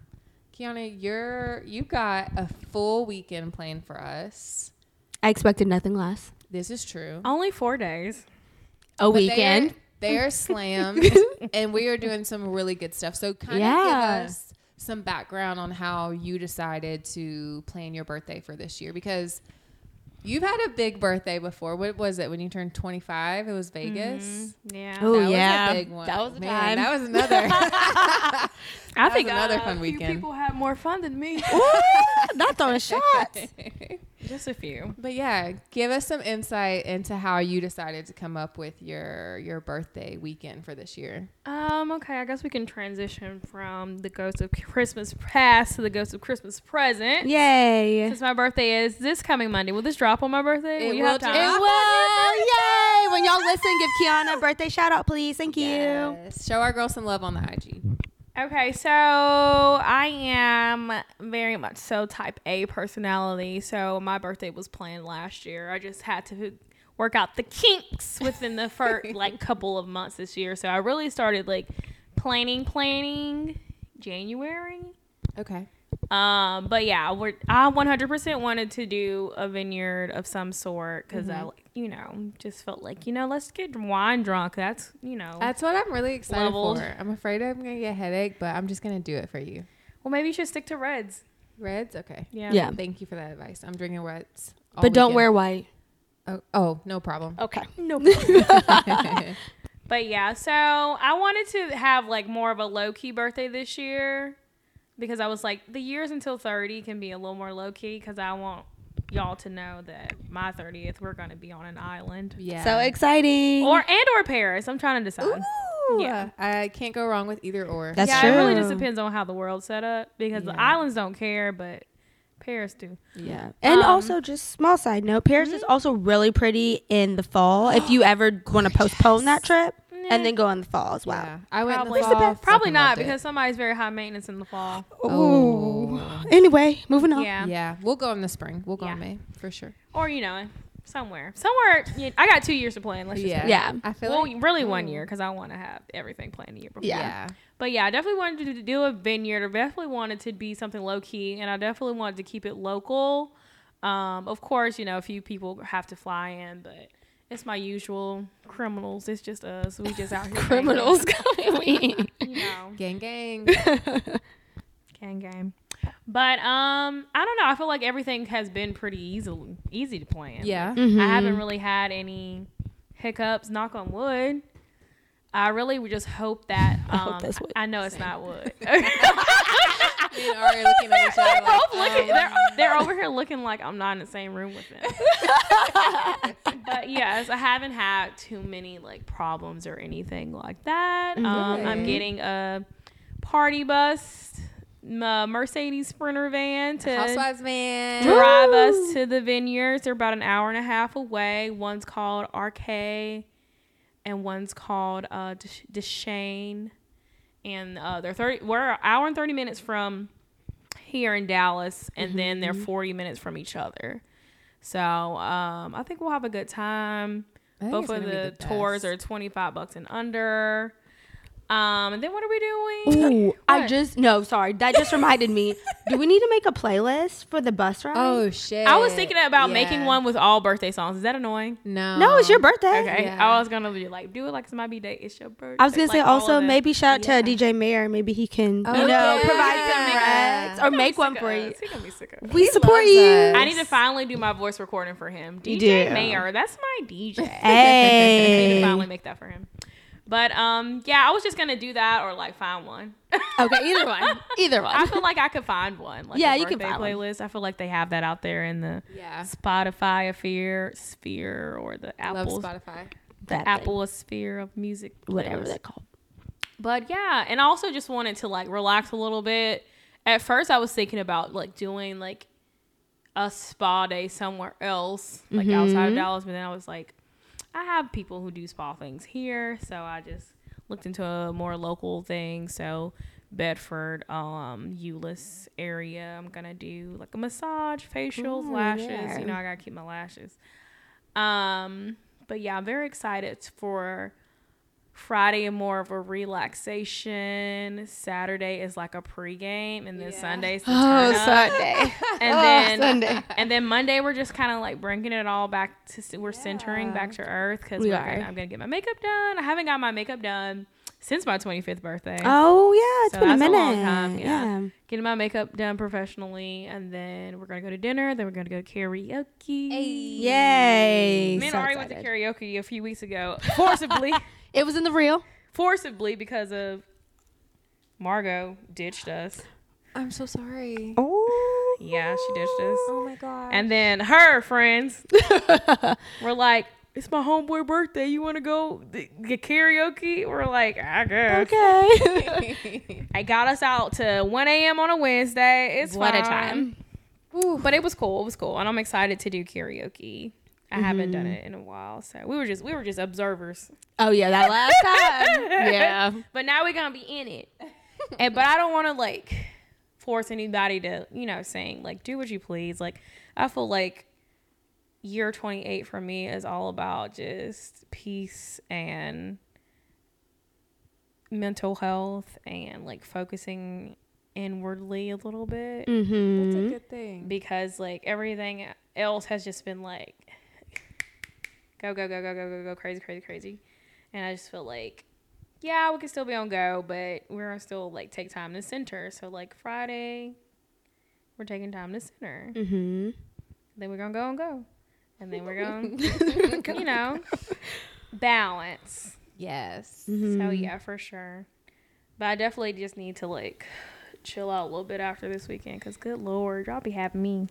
S1: Kiana, you're you got a full weekend planned for us.
S3: I expected nothing less.
S1: This is true.
S2: Only four days.
S3: A
S1: But they are-
S3: weekend.
S1: They are slammed, and we are doing some really good stuff. So, kind
S3: Yeah.
S1: of give us some background on how you decided to plan your birthday for this year because you've had a big birthday before. What was it when you turned 25? It was Vegas.
S2: Yeah.
S3: Mm-hmm. Oh,
S1: That was a
S3: yeah.
S1: big one.
S3: That was a
S1: Man,
S3: time.
S1: That was another.
S2: I
S1: was
S2: think
S1: another
S2: uh,
S1: fun
S2: a few
S1: weekend.
S2: People had more fun than me.
S3: Not throwing shots.
S2: Just a few.
S1: but yeah, give us some insight into how you decided to come up with your your birthday weekend for this year.
S2: Um. Okay. I guess we can transition from the ghost of Christmas past to the ghost of Christmas present.
S3: Yay.
S2: Since my birthday is this coming Monday, will this drop on my birthday?
S1: It
S2: will you
S1: will
S2: have time?
S1: drop.
S3: And well, yay. When y'all listen, give Kiana a birthday shout out, please. Thank you.
S1: Yes. Show our girl some love on the IG.
S2: Okay, so I am very much so type A personality. So my birthday was planned last year. I just had to work out the kinks within the first like couple of months this year. So I really started like planning, planning January.
S1: Okay.
S2: Um, but yeah, we're, I 100% wanted to do a vineyard of some sort because I,
S1: Mm-hmm.
S2: like, you know, just felt like you know, let's get wine drunk. That's you know,
S1: That's what I'm really excited
S2: Leveled.
S1: for. I'm afraid I'm gonna get a headache, but I'm just gonna do it for you.
S2: well maybe you should stick to reds.
S1: Reds, okay.
S3: Yeah.
S1: Thank you for that advice. I'm drinking reds. all
S3: But don't
S1: weekend.
S3: wear white.
S1: Oh, oh, no problem.
S3: Okay.
S2: No. But yeah, so I wanted to have like more of a low key birthday this year because I was like, the years until 30 can be a little more low key because I want y'all to know that my 30th, we're going to be on an island
S1: yeah.
S3: So exciting.
S2: or and or Paris. I'm trying to decide.
S1: Ooh,
S2: Yeah.
S1: I can't go wrong with either or.
S3: That's
S2: yeah,
S3: true.
S2: it really just depends on how the world's set up because the
S1: Yeah.
S2: islands don't care, but Paris do.
S3: Yeah. Mm-hmm. And
S2: Um,
S3: also, just small side note, Paris is also really pretty in the fall. If you ever want to postpone that trip and then go in the fall as well.
S1: Yeah. I went in the
S2: Probably,
S1: fall,
S2: probably
S1: fucking
S2: not
S1: loved it.
S2: because somebody's very high maintenance in the fall.
S3: Ooh. Anyway, moving on.
S2: Yeah.
S1: yeah, we'll go in the spring. We'll go
S2: Yeah.
S1: in May for sure.
S2: Or, you know, somewhere. Somewhere. You I got two years to plan. Let's just say.
S3: Yeah.
S1: I feel
S2: well,
S1: like
S2: really one year because I want to have everything planned the year before.
S3: Yeah.
S1: yeah.
S2: But yeah, I definitely wanted to do a vineyard. I definitely wanted to be something low key, and I definitely wanted to keep it local. Um, of course, you know, a few people have to fly in, but it's my usual criminals. It's just us. We just out here banging,
S3: Criminals coming.
S2: you know,
S1: Gang gang.
S2: gang game. But um, I don't know. I feel like everything has been pretty easily easy to plan.
S3: Mm.
S1: yeah.
S2: I
S3: Mm-hmm.
S2: haven't really had any hiccups. Knock on wood. I really would just hope that. Um, I,
S3: hope that's wood.
S2: I know it's not wood.
S1: Me and Ari looking at each other
S2: they're,
S1: like,
S2: both looking,
S1: um,
S2: they're, they're over here looking like I'm not in the same room with them. but yes, I haven't had too many like problems or anything like that. Um, I'm
S1: Good.
S2: getting a party bus, m- uh, Mercedes Sprinter van to
S1: Housewives man.
S2: drive us to the vineyards. They're about an hour and a half away. One's called RK, and one's called uh, Desh- Deshane. And uh, they're thirty. We're an hour and thirty minutes from here in Dallas, and
S1: Mm-hmm,
S2: then they're forty minutes from each other. So um, I think we'll have a good time.
S1: I think
S2: Both
S1: it's
S2: of
S1: gonna be
S2: the,
S1: the
S2: tours
S1: best.
S2: are twenty five bucks and under. Um, and then what are we doing?
S3: Ooh, I
S2: What?
S3: just, no, sorry. That just reminded me. Do we need to make a playlist for the bus ride?
S1: Oh shit.
S2: I was thinking about making
S1: Yeah.
S2: one with all birthday songs. Is that annoying?
S1: No.
S3: no, it's your birthday.
S2: Okay.
S1: Yeah.
S2: I was gonna be like, do it like it's my B day. It's your birthday.
S3: I was going to say
S2: Like, all
S3: also,
S2: of that.
S3: maybe shout out
S1: Yeah.
S3: to DJ Mayer. Maybe he can,
S1: Oh,
S3: you know,
S1: yeah.
S3: provide some
S1: Yeah.
S3: reds or
S2: He's
S3: make
S2: gonna
S3: one
S2: be sick
S3: for
S2: of
S3: you.
S2: us. He's gonna be sick of us.
S3: We
S1: He
S3: support
S1: loves
S3: you.
S1: us.
S2: I need to finally do my voice recording for him. DJ
S3: do.
S2: Mayer, that's my DJ. I need to
S3: Hey.
S2: finally make that for him. But um, yeah, I was just gonna do that or like find one.
S3: Okay, either one. Either
S2: I
S3: one.
S2: feel like I could find one. Like
S3: Yeah,
S2: a
S3: you can
S2: birthday
S3: find one.
S2: playlist. I feel like they have that out there in the
S1: Yeah.
S2: Spotify sphere, sphere or the
S1: Love
S2: Apple,
S1: Spotify.
S3: That thing.
S2: Apple sphere of music,
S3: Whatever
S2: playlist.
S3: they're called.
S2: But yeah, and I also just wanted to like relax a little bit. At first, I was thinking about like doing like a spa day somewhere else, like outside
S3: Mm-hmm.
S2: of Dallas. But then I was like, I have people who do spa things here, so I just looked into a more local thing. So Bedford, um, Euless area. I'm gonna do like a massage, facials,
S3: Ooh,
S2: lashes.
S3: yeah.
S2: You know, I gotta keep my lashes. Um, but yeah, I'm very excited for Friday more of a relaxation. Saturday is like a pregame, and then Sunday's the turn
S4: Oh,
S2: up.
S4: Sunday.
S2: and
S4: Oh,
S2: then
S4: Sunday.
S2: and then Monday we're just kind of like bringing it all back to c- we're centering back to earth because
S4: We are.
S2: I'm gonna get my makeup done. I haven't got my makeup done since my 25th birthday.
S4: Oh yeah, it's
S2: So
S4: been a
S2: that's a
S4: minute.
S2: long time, yeah. Mm-hmm.
S4: yeah.
S2: Getting my makeup done professionally, and then we're gonna go to dinner. Then we're gonna go karaoke.
S4: Yay.
S2: Me and
S4: So
S2: Ari went to
S4: excited.
S2: karaoke a few weeks ago, forcibly,
S4: It was in the reel.
S2: forcibly because of Margot ditched us.
S1: I'm so sorry.
S4: Oh.
S2: Yeah, she ditched us.
S1: Oh my god.
S2: And then her friends were like, "It's my homeboy birthday. You want to go th- get karaoke?" We're like, "I guess."
S4: Okay.
S2: I got us out to 1 a.m. on a Wednesday. It's
S4: What a
S2: fine.
S4: time.
S2: But it was cool. It was cool, and I'm excited to do karaoke. I haven't
S4: Mm-hmm.
S2: done it in a while, so we were just we were just observers.
S4: oh yeah, that last time. yeah.
S2: But now we're gonna be in it. and but I don't want to like force anybody to you know saying like do what you please. Like I feel like year 28 for me is all about just peace and mental health and like focusing inwardly a little bit
S1: That's
S3: Mm-hmm,
S4: Mm-hmm.
S1: a good thing.
S2: because like everything else has just been like go go go go go go go crazy crazy crazy and i just feel like yeah we can still be on go but we're gonna still like take time to center so like friday we're taking time to center
S4: Mm-hmm.
S2: then we're gonna go and go and then we're gonna you know balance
S4: Yes.
S2: so yeah for sure but i definitely just need to like chill out a little bit after this weekend because good lord y'all be having me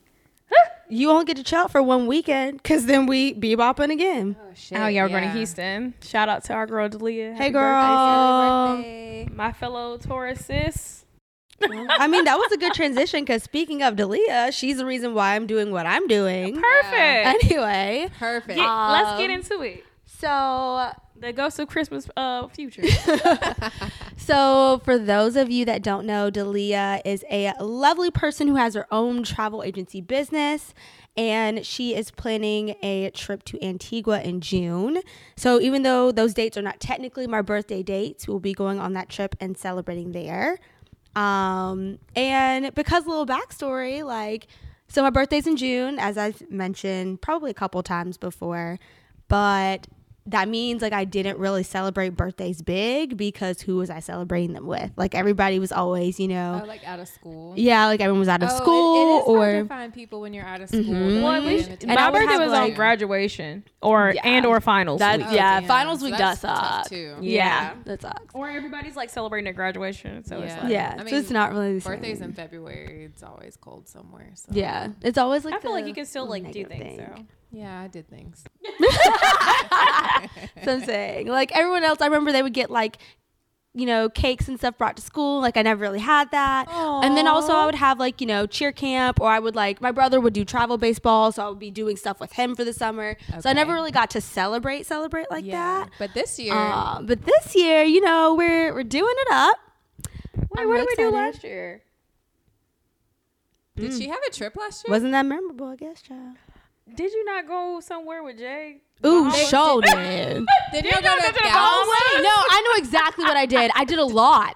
S4: You won't get to chill out for one weekend because then we bebopping again.
S1: Oh shit.
S2: Oh, y'all are going to
S1: yeah.
S2: Houston. Shout out to our girl Dalia.
S4: hey,
S2: Happy
S4: girl.
S1: Birthday.
S2: birthday. My fellow Taurus sis.
S4: I mean, that was a good transition because speaking of Dalia, she's the reason why I'm doing what I'm doing.
S2: Perfect.
S4: Anyway,
S1: Perfect.
S2: Get- let's get into it.
S4: so
S2: The Ghost of Christmas uh, Future.
S4: So, for those of you that don't know, Dalia is a lovely person who has her own travel agency business, and she is planning a trip to Antigua in June. So, even though those dates are not technically my birthday dates, we'll be going on that trip and celebrating there. Um, and because a little backstory, like, so my birthday's in June, as I've mentioned probably a couple times before, but that means like I didn't really celebrate birthdays big because who was I celebrating them with? Like everybody was always, you know,
S1: Oh, like out of school.
S4: yeah, like everyone was out of school
S1: it, it is
S4: or
S1: hard to find people when you're out of school.
S4: Mhm.
S2: well, at least
S4: I
S2: my
S4: would
S2: birthday
S4: have,
S2: was on
S4: like-
S2: graduation or
S4: Yeah.
S2: and or finals
S4: That-
S2: week.
S4: Oh, yeah,
S1: damn.
S4: finals week
S1: So
S4: does
S1: that's tough,
S4: suck.
S1: too.
S4: yeah,
S2: Yeah.
S4: that sucks.
S2: Or everybody's like celebrating a graduation, so it's
S1: Yeah.
S2: like
S4: Yeah,
S1: I
S4: so it's
S1: mean,
S4: not really the same.
S1: Birthdays in February, it's always cold somewhere. So.
S4: Yeah, it's always like
S2: I feel
S4: the
S2: like you can still like do
S4: negative
S2: things.
S4: thing.
S2: So.
S1: Yeah, I did things.
S4: something. Like everyone else, I remember they would get like, you know, cakes and stuff brought to school. Like I never really had that. And then also I would have like, you know, cheer camp or I would like my brother would do travel baseball, so I would be doing stuff with him for the summer. So I never
S1: Okay.
S4: really got to celebrate celebrate like
S1: yeah.
S4: that.
S1: But this year,
S4: Uh, but this year, you know, we're we're doing it up.
S2: Wait,
S4: I'm
S2: what
S4: really
S2: did we do
S4: excited.
S2: last year?
S1: did she have a trip last year?
S4: Wasn't that memorable, I guess, child.
S2: Did you not go somewhere with Jay?
S4: Ooh,
S2: Bahamas?
S4: showed it.
S1: Did
S2: You
S1: y'all go to
S2: guys went to the
S1: Galveston?
S2: Bahamas?
S4: Wait, no, I know exactly what I did. I did a lot.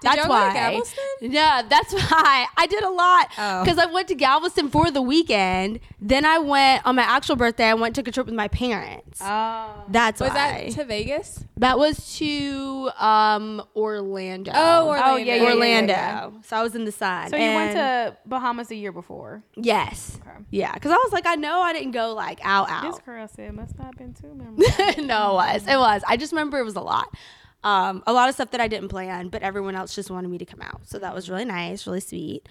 S1: Did
S4: that's
S1: y'all go to
S4: why.
S1: Galveston?
S4: Yeah, that's why I did a lot
S1: Oh.
S4: because I went to Galveston for the weekend. Then I went on my actual birthday. I went took a trip with my parents.
S2: Oh.
S4: that's
S1: Was
S4: why.
S1: that to Vegas?
S4: that was to um Orlando.
S1: Oh, Orlando.
S2: yeah, yeah, yeah,
S4: Orlando.
S2: yeah,
S4: So I was in the sun.
S2: So you went
S4: And-
S2: to Bahamas the year before.
S4: yes,
S2: Okay.
S4: yeah, because I was like, I know I didn't go like out out.
S2: This girl said must not have been too memorable.
S4: no, it was. It was. I just remember it was a lot. Um, a lot of stuff that I didn't plan, but everyone else just wanted me to come out. So that was really nice, really sweet.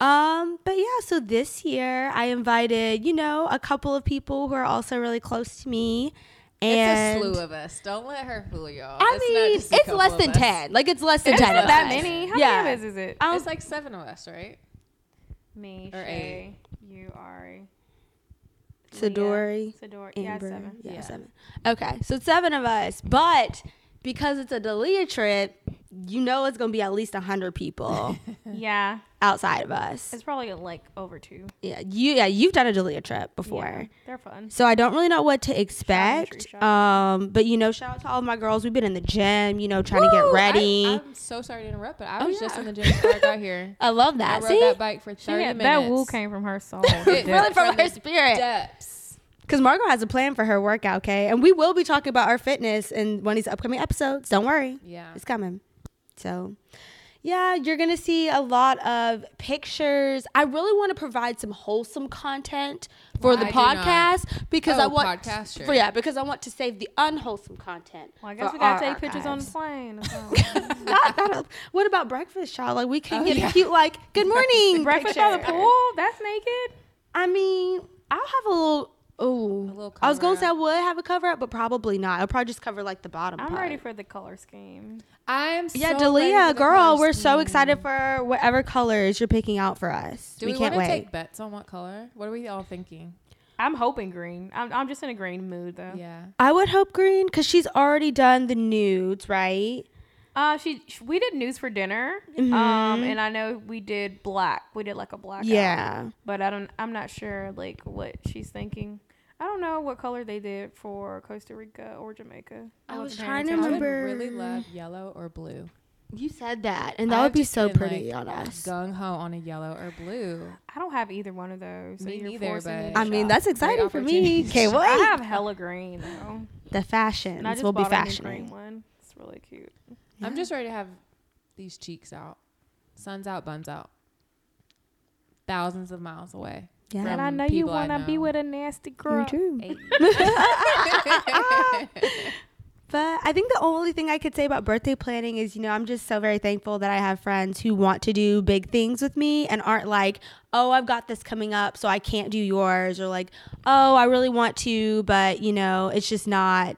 S4: Um, but yeah, so this year I invited, you know, a couple of people who are also really close to me. And
S1: it's a slew of us. Don't let her fool y'all. It's
S4: I
S1: not
S4: mean,
S1: just
S4: it's,
S1: a couple
S4: less
S1: of
S4: than
S1: us.
S4: 10. Like it's less than
S2: It's
S4: 10.
S2: not
S4: of
S2: that
S4: us.
S2: many. How
S4: Yeah.
S2: many of us is it?
S1: It's like seven of us, right?
S2: me,
S1: or
S2: Shay, you, Ari, Leah,
S4: Sidori,
S2: Sidori, yeah,
S4: Amber.
S2: seven.
S4: Yeah,
S1: Yeah.
S4: seven. Okay, so it's seven of us, but because it's a Dalia trip, you know it's gonna be at least hundred people
S2: Yeah.
S4: outside of us.
S2: It's probably like over two.
S4: Yeah, you yeah you've done a Dalia trip before.
S2: Yeah, they're fun.
S4: So I don't really know what to
S2: Shout out to
S4: expect.
S2: True Shot.
S4: Um, but you know, shout out to all of my girls. We've been in the gym, you know, trying to get
S1: Woo! I-
S4: ready. I,
S1: I'm so sorry to interrupt, but I was just in the gym before I got here.
S4: love
S1: I
S4: that.
S1: rode
S4: See,
S1: that bike for 30
S2: She had-
S1: minutes.
S2: that woo came from her soul.
S1: It
S2: Yeah.
S1: really
S4: really from
S1: from
S4: her
S1: the
S4: spirit.
S1: Depths.
S4: Because Margot has a plan for her workout, okay? And we will be talking about our fitness in one of these upcoming episodes. Don't worry,
S1: Yeah.
S4: it's coming. So, yeah, you're gonna see a lot of pictures. I really want to provide some wholesome content for
S1: Well,
S4: the
S1: I do not.
S4: podcast because I
S1: Oh,
S4: want
S1: podcast, sure.
S4: for yeah because I want to save the unwholesome content.
S2: Well, I guess
S4: for
S2: we gotta
S4: our
S2: take pictures on the
S4: archives.
S2: plane. as well.
S4: Not that- what about breakfast, Charlotte? Like, we could
S1: Oh,
S4: get
S1: yeah.
S4: a cute like good morning
S2: Breakfast by
S4: picture.
S2: the pool? That's naked?
S4: I mean, I'll have a little. Ooh,
S1: little
S4: I was gonna
S1: cover
S4: say I would have a cover up, but probably not. I'll probably just cover like the bottom.
S2: I'm
S4: part.
S2: ready for the color scheme.
S1: I'm
S4: Yeah,
S1: so ready for
S4: Dalia,
S1: the Mm-hmm.
S4: girl,
S1: colors.
S4: we're so excited for whatever colors you're picking out for us.
S1: Do
S4: we,
S1: we,
S4: can't
S1: want to
S4: wait.
S1: take bets on what color? What are we all thinking?
S2: I'm hoping green. I'm, I'm just in a green mood though.
S1: Yeah.
S4: I would hope green because she's already done the nudes, right?
S2: Uh, she sh- we did news for dinner.
S4: Mm-hmm.
S2: Um, and I know we did black. We did like a black.
S4: Yeah.
S2: but I don't. I'm not sure like what she's thinking. I don't know what color they did for Costa Rica or Jamaica.
S4: I was
S2: wasn't
S4: trying
S2: paying
S4: to
S1: I
S2: attention.
S1: would
S4: remember-
S1: really love yellow or blue.
S4: You said that, and that
S1: I've
S4: would be
S1: just
S4: so
S1: been,
S4: pretty
S1: like,
S4: on us.
S1: Gung ho on a yellow or blue.
S2: I don't have either one of those. So
S1: Me
S2: you're
S1: neither,
S2: forcing me
S1: but-
S2: to
S4: I mean,
S2: shop.
S4: that's exciting for me.
S1: opportunity.
S4: Okay,
S2: I
S4: what?
S2: have hella green though. And
S4: The
S2: I
S4: fashions
S2: just
S4: will be
S2: bought a new green
S4: fashioning.
S2: one. It's really cute.
S1: I'm just ready to have these cheeks out. Sun's out, buns out. Thousands of miles away.
S4: Yeah.
S2: And I
S1: from
S2: know you
S1: people I
S2: want to be
S1: know.
S2: with a nasty girl.
S4: Very true.
S1: Hey.
S4: But I think the only thing I could say about birthday planning is, you know, I'm just so very thankful that I have friends who want to do big things with me and aren't like, oh, I've got this coming up, so I can't do yours, or like, oh, I really want to, but, you know, it's just not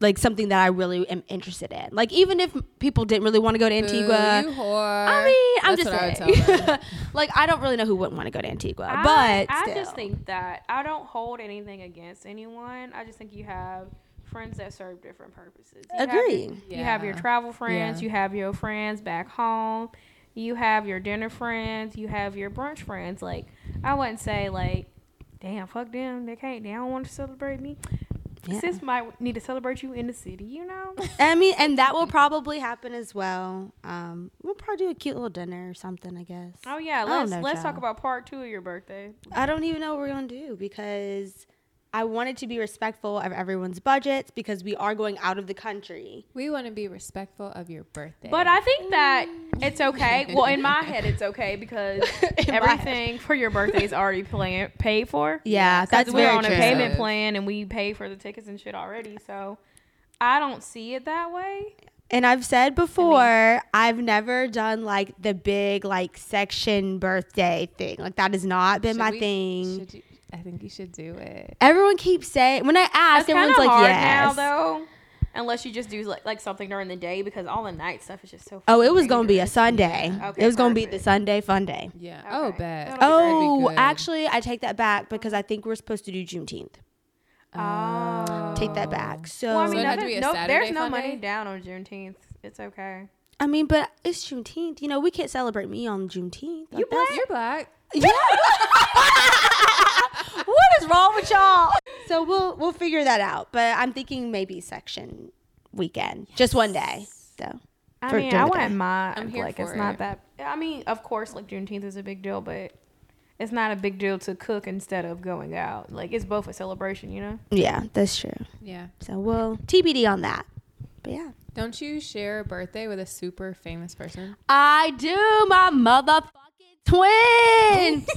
S4: like something that I really am interested in. Like, even if people didn't really want to go to Antigua,
S1: Boo, you whore.
S4: I mean, I'm
S1: That's
S4: just
S1: what I would
S4: saying.
S1: tell them.
S4: like, I don't really know who wouldn't want to go to Antigua,
S2: I-
S4: but
S2: I
S4: still.
S2: just think that I don't hold anything against anyone. I just think you have friends that serve different purposes. You have your-
S4: Agree.
S2: You have your
S1: Yeah.
S2: travel friends.
S1: Yeah.
S2: You have your friends back home. You have your dinner friends. You have your brunch friends. Like I wouldn't say like, damn, fuck them. They can't. They don't want to celebrate me.
S4: Yeah.
S2: Sis might need to celebrate you in the city. You know.
S4: I mean, and that will probably happen as well. Um, we'll probably do a cute little dinner or something, I guess.
S2: Oh yeah.
S4: I don't
S2: Let's
S4: know,
S2: let's talk
S4: child.
S2: about part two of your birthday.
S4: I don't even know what we're gonna do because I wanted to be respectful of everyone's budgets because we are going out of the country.
S1: We want to be respectful of your birthday.
S2: But I think that it's okay. Well, in my head, it's okay because
S4: Mm. In my
S2: everything for your birthday is already plan- paid for.
S4: Yeah, that's
S2: Because we're
S4: very
S2: on
S4: true.
S2: a payment
S1: So-
S2: plan and we pay for the tickets and shit already. So I don't see it that way.
S4: And I've said before, I've never done like the big like section birthday thing. Like that has not been
S1: Should
S4: my
S1: we-
S4: thing.
S1: should you- I think you should do it.
S4: Everyone keeps saying when I
S2: That's
S4: ask,
S2: kind
S4: everyone's
S2: of
S4: like,
S2: hard
S4: "Yes."
S2: now, though. Unless you just do like, like something during the day because all the night stuff is just so.
S4: oh, it
S2: fucking
S4: was gonna be a
S2: dangerous.
S4: Sunday.
S2: Okay,
S4: it was gonna be
S2: perfect.
S4: the Sunday fun day.
S1: Yeah. Oh,
S2: Okay.
S1: bet. That'd
S2: That'll be
S1: be
S4: Oh,
S1: good.
S4: actually, I take that back because I think we're supposed to do Juneteenth.
S2: Oh.
S4: Take that back. So
S2: Well, I mean,
S1: it'd have to
S2: nothing-
S1: be a
S2: no, there's
S1: Saturday
S2: no
S1: fun
S2: money
S1: day?
S2: down on Juneteenth. It's okay.
S4: I mean, but it's Juneteenth. You know, we can't celebrate me on Juneteenth. Like, that's-
S1: You're black.
S4: Yeah. what is wrong with y'all? So we'll we'll figure that out. But I'm thinking maybe section weekend, just one day. So
S2: I
S4: for
S2: mean,
S4: during
S2: I
S4: the
S2: wouldn't
S4: day.
S2: mind.
S1: I'm here
S2: like, it's
S1: for
S2: not
S1: it.
S2: that. I mean, of course, like Juneteenth is a big deal, but it's not a big deal to cook instead of going out. Like, it's both a celebration, you know.
S4: yeah, that's true.
S1: Yeah.
S4: So we'll TBD on that. But yeah,
S1: Don't you share a birthday with a super famous person?
S4: I do my motherfucking twins.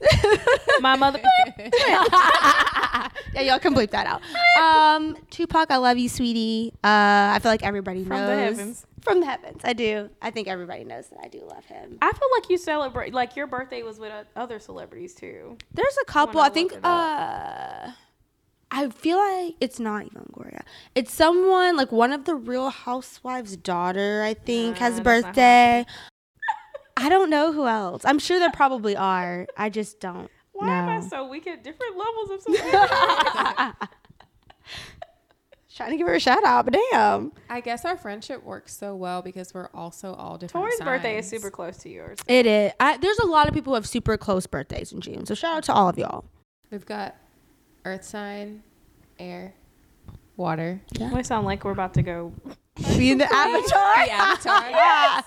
S2: My mother.
S4: yeah, y'all can bleep that out. Um, Tupac, I love you, sweetie. Uh, I feel like everybody
S2: From the
S4: knows
S2: heavens.
S4: From the heavens, I do. I think everybody knows that I do love him.
S2: I feel like you celebrate. Like your birthday was with uh, other celebrities too.
S4: There's a couple.
S2: I
S4: I think.
S2: look it
S4: Uh, I feel like it's not even Gloria. It's someone like one of the Real Housewives' daughter. I think
S2: Nah,
S4: has a
S2: Ah, that's not
S4: birthday. I don't know who else. I'm sure there probably are. I just don't.
S2: Why
S4: know.
S2: am I so weak at different levels of celebrity?
S4: Trying to give her a shout out, but damn.
S1: I guess our friendship works so well because we're also all different.
S2: Tori's birthday is
S1: signs.
S2: super close to yours.
S4: It is. I, there's a lot of people who have super close birthdays in June. So shout out to all of y'all.
S1: We've got earth sign, air, water.
S2: We sound like we're about to go
S4: Be the avatar.
S1: The avatar.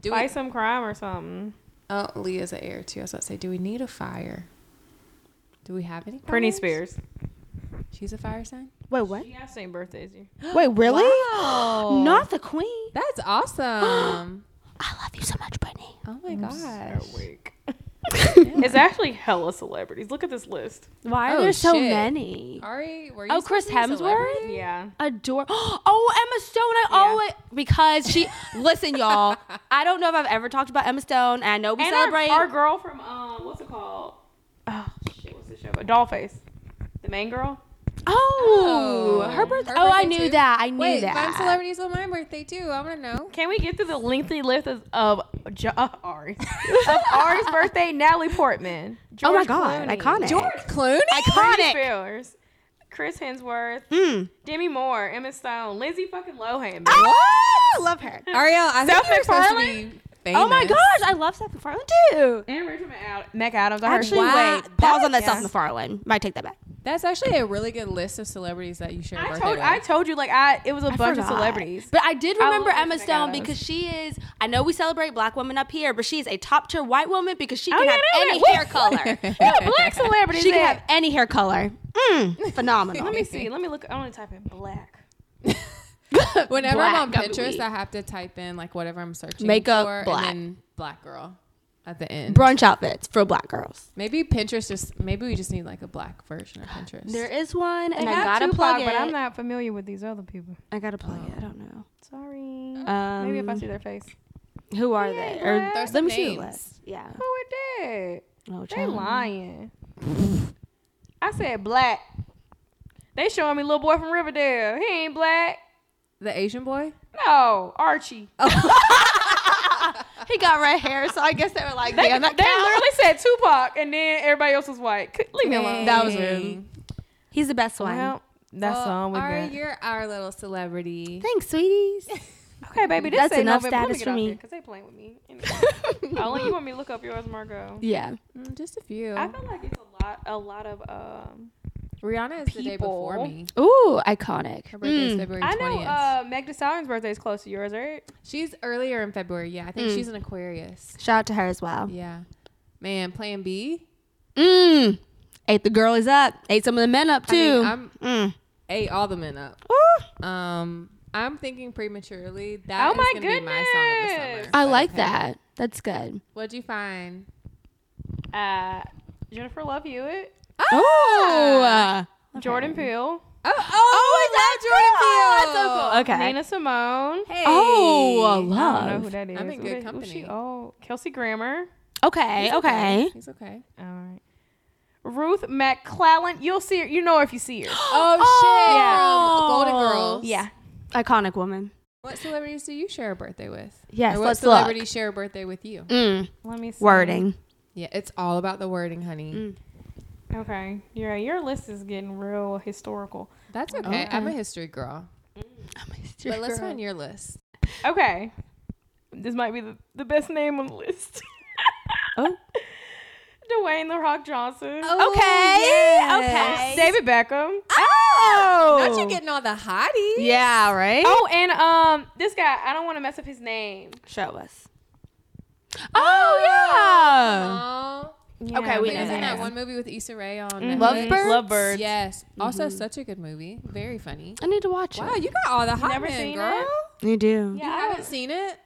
S1: Do
S2: buy
S1: we?
S2: some crime or something.
S1: Oh, Leah's an air too. I was about to say, do we need a fire? Do we have any?
S2: Britney
S1: fires?
S2: Spears.
S1: She's a fire sign.
S4: Wait, what?
S2: She has the same birthday as you.
S4: Wait, really?
S1: Wow.
S4: Not the queen.
S1: That's awesome.
S4: I love you so much, Brittany.
S1: oh my gosh.
S2: Weak. It's actually hella celebrities. Look at this list.
S4: Why are
S1: Oh,
S4: there so
S1: shit.
S4: many?
S1: Ari, were you
S4: Oh, Chris
S1: supposed to be a celebrity?
S4: Hemsworth?
S2: Yeah.
S4: Adore. Oh, Emma Stone. I
S2: Yeah.
S4: always because she. listen, y'all. I don't know if I've ever talked about Emma Stone. I know we
S2: and our,
S4: celebrate.
S2: our girl from um, what's it called? Oh shit, what's the show? Dollface, the main girl.
S4: oh, her birth.
S1: Her
S4: oh, I
S1: birthday
S4: knew
S1: too?
S4: that. I knew
S1: Wait,
S4: that.
S1: find celebrities on my birthday too. I want to know.
S2: Can we get to the lengthy list of, of Jo- uh, Ari of Ari's birthday? Natalie Portman.
S4: Oh my
S2: George
S4: god,
S2: Clooney,
S4: iconic.
S1: Clooney.
S2: Britney
S4: Iconic.
S2: Spears. Chris Hensworth.
S4: Mm.
S2: Demi Moore. Emma Stone. Lindsay fucking Lohan. bitch.
S4: Oh, love her.
S1: Ariel, I think
S2: Seth
S1: you're supposed to
S2: MacFarlane?
S1: be famous.
S4: Oh my gosh, I love Seth MacFarlane too.
S2: And Rachel McAd- McAdams. I heard
S4: Actually,
S2: she-
S1: Wow,
S4: wait. Pause on that
S1: that's-
S4: Seth MacFarlane. Might take that back.
S1: That's actually a really good list of celebrities that you share a
S2: I
S1: birthday
S2: told
S1: with.
S2: I told you like I it was a
S4: I
S2: bunch
S4: forgot.
S2: of celebrities.
S4: But I did
S2: I
S4: remember
S2: love
S4: Emma
S2: Rachel
S4: Stone
S2: McAdams.
S4: because she is. I know we celebrate black women up here, but she is a top tier white woman because she
S2: Oh,
S4: can
S2: yeah,
S4: have
S2: no,
S4: any
S2: wait,
S4: hair color.
S2: No, black celebrities.
S4: she can
S2: that-
S4: have any hair color. Mm, phenomenal.
S2: Let me see. Let me look. I want to type in black.
S1: Whenever I'm on
S4: Black, I'm
S1: Pinterest,
S4: weak.
S1: I have to type in like whatever I'm searching
S4: Makeup,
S1: for,
S4: black.
S1: and then black girl at the end.
S4: Brunch outfits for black girls.
S1: Maybe Pinterest just maybe we just need like a black version of Pinterest.
S4: There is one, and
S2: They
S4: I
S2: have
S4: gotta
S2: Tupac,
S4: plug it.
S2: But I'm not familiar with these other people.
S4: I gotta plug it. I don't know.
S2: Sorry.
S4: Um,
S2: Maybe if I see their face.
S4: Who are they? Or,
S1: Throw
S4: let
S1: some
S4: me see the
S1: names.
S4: list. Yeah.
S2: Who it did?
S4: Oh,
S2: They
S4: child.
S2: lying. I said black. They showing me little boy from Riverdale. He ain't black.
S1: The Asian boy?
S2: No, Archie.
S4: Oh, He got red hair, so I guess they were like,
S2: They,
S4: damn, that
S2: they
S4: count."
S2: literally said Tupac, and then everybody else was white. C- Leave me alone.
S4: That was
S1: Dang.
S4: rude. He's the best one.
S2: Well, that's
S1: Well,
S2: all we
S1: Ari,
S2: got.
S1: you're our little celebrity.
S4: Thanks, sweeties.
S2: Okay, baby, this
S4: That's
S2: ain't
S4: enough
S2: November. Let
S4: status
S2: get
S4: for
S2: off
S4: me.
S2: here, 'cause they playing with me. Anyway. I'll let you want me to look up yours, Margot.
S4: yeah.
S1: Mm, just a few.
S2: I feel like it's a lot, a lot of um,
S1: Rihanna is the day before
S2: People. Hmm.
S1: me.
S4: Ooh, iconic.
S1: Her birthday is
S4: Mm.
S1: February 20th.
S2: I know uh, Meg Thee Stallion's birthday is close to yours, right?
S1: She's earlier in February. Yeah, I think
S2: hmm.
S1: she's an Aquarius.
S4: Shout out to her as well.
S1: Yeah. Man, Plan B.
S4: Mmm. Ate the girlies up. Ate some of the men up
S1: I mean,
S4: too.
S1: I'm
S4: Mm.
S1: ate all the men up.
S4: Ooh.
S1: Um, I'm thinking prematurely. That
S2: Oh
S1: is
S2: my
S1: gonna be my song of the
S2: goodness.
S1: summer.
S4: I
S1: But
S4: like
S1: okay.
S4: that. That's good.
S1: What'd you find?
S2: Uh, Jennifer Love Hewitt,
S1: Ah!
S4: Oh,
S2: Jordan
S1: Oh,
S2: Peele,
S1: oh,
S4: that
S1: I love Jordan Peele.
S4: That's so cool. Oh, Okay.
S2: Nina Simone.
S1: Hey.
S2: I
S4: Oh,
S2: don't know who
S4: love.
S2: that is.
S1: I'm in
S2: Who
S1: good
S2: that- who's
S1: company.
S2: she? Oh, Kelsey Grammer.
S4: Okay, okay.
S1: He's okay.
S2: All right. Ruth McClellan. You'll see her. You know her if you see her.
S1: Oh, shit. Golden Girls.
S4: Yeah. Iconic woman.
S1: What celebrities do you share a birthday with?
S4: Yes,
S1: Or what
S4: let's look.
S1: celebrities share a birthday with you?
S4: Mm.
S2: Let me see.
S4: Wording.
S1: Yeah, it's all about the wording, honey.
S4: Mm.
S2: Okay. Yeah, your list is getting real historical.
S1: That's Oh, okay. I'm a history girl. Oh, But let's find your list.
S2: Okay. This might be the, the best name on the list.
S4: Oh.
S2: Dwayne The Rock Johnson.
S1: Oh,
S4: Okay. Okay.
S2: David Beckham.
S4: Oh.
S1: Not Ah! you getting all the hotties.
S4: Yeah, right?
S2: Oh, and um, this guy, I don't want to mess up his name.
S4: Show us. Oh, yeah.
S1: Aw.
S4: Okay, we
S1: He
S4: know
S1: was in
S4: that.
S1: that one movie with Issa Rae on
S4: Lovebirds?
S1: Netflix.
S2: Lovebirds.
S1: Yes. Also,
S4: Mm-hmm.
S1: such a good movie. Very funny.
S4: I need to watch
S1: Wow, you got all the hot
S2: never
S1: men,
S2: seen
S1: girl.
S2: it?
S4: You do.
S1: You haven't seen it?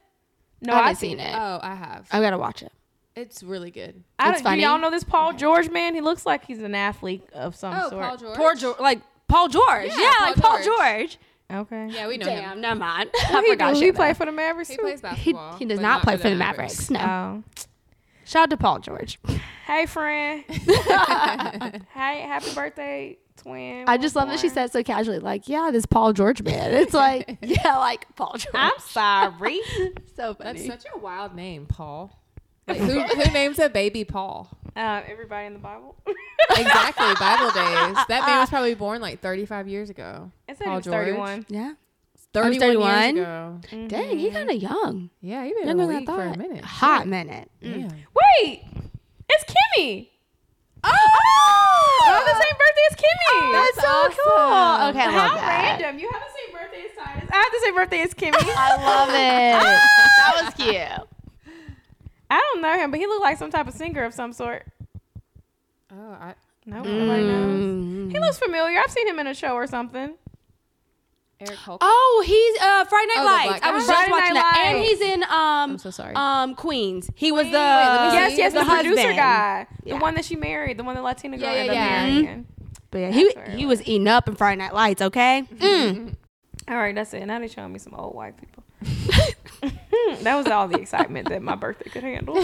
S2: No,
S4: I haven't
S2: I've
S4: seen
S2: seen
S4: it.
S2: it.
S1: Oh, I have.
S4: I gotta watch it.
S1: It's really good.
S2: I
S4: It's
S2: don't, do y'all
S4: funny.
S2: know this Paul George man? He looks like he's an athlete of some
S1: Oh,
S2: sort.
S1: Paul George.
S4: Poor George, like Paul George. Yeah,
S1: Yeah, Paul
S4: like Paul
S1: George.
S4: George.
S2: Okay.
S1: Yeah, we know him.
S4: Damn, never mind.
S2: What
S4: I
S2: he
S4: forgot.
S2: do?
S4: shit
S2: He
S4: about
S2: played
S4: him.
S2: for the Mavericks.
S1: He
S2: too?
S1: plays
S4: He,
S1: basketball.
S4: he does
S1: but
S4: not play for the Mavericks. Uh, No.
S2: Oh.
S4: Shout out to Paul George.
S2: Hey, friend. hey, happy birthday, twin.
S4: I just love that she
S2: What's
S4: said so casually, like, yeah, this Paul George man. It's like, yeah, like Paul George.
S2: going on? I'm sorry.
S4: so
S1: That's
S4: funny.
S1: such a wild name, Paul. Like, who, who names a baby Paul?
S2: Uh, everybody in the Bible.
S1: exactly. Bible days. That man was probably born like 35 years
S4: Oh,
S1: ago.
S2: It said he
S1: Paul
S2: was
S1: George.
S2: 31.
S4: Yeah.
S1: 31, years
S4: 31?
S1: ago.
S4: Dang, he kind of young.
S1: Yeah, you've been in
S4: Younger than
S1: the
S4: I
S1: league for a
S4: thought.
S1: minute.
S4: Hot minute. Mm.
S1: Yeah.
S2: Wait, it's Kimmy. Oh, we have the same birthday as Kimmy.
S4: Oh, That's so cool. Okay, I love
S2: How
S4: that.
S2: random. You have the same birthday as Titus. I have the same birthday as Kimmy.
S4: I love it. that was cute.
S2: I don't know him, but he looked like some type of singer of some sort.
S1: Oh, I,
S2: No, nobody knows. He looks familiar. I've seen him in a show or something.
S1: Eric Hulk.
S4: Oh, he's uh Friday Night
S1: Oh, the
S4: Lights.
S1: black
S4: I was
S1: guy.
S4: just
S2: Friday
S4: watching
S2: Night
S4: that, and
S2: Lights.
S4: he's in um
S1: I'm so sorry.
S4: um Queens. He was the
S1: let me
S2: yes,
S1: see.
S2: yes, the,
S4: Uh, the
S2: producer
S4: husband.
S2: guy,
S4: Yeah.
S2: the one that she married, the one the Latina girl
S1: Yeah, yeah,
S2: ended up
S1: yeah.
S2: marrying.
S4: But yeah, he
S2: That's where
S4: he
S2: it
S4: was eating up in Friday Night Lights. Okay. Mm.
S2: All right, that's it. Now they showing me some old white people. that was all the excitement that my birthday could handle.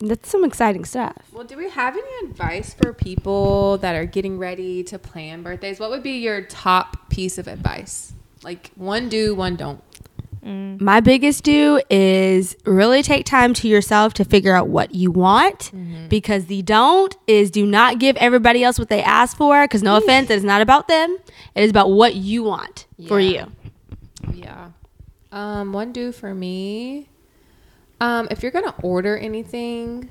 S4: That's some exciting stuff.
S1: Well, do we have any advice for people that are getting ready to plan birthdays? What would be your top piece of advice? Like one do, one don't.
S4: My biggest do is really take time to yourself to figure out what you want because the don't is do not give everybody else what they ask for because no offense, it is not about them. It is about what you want for
S1: Yeah.
S4: you.
S1: Yeah. Um, one do for me. Um, if you're gonna order anything,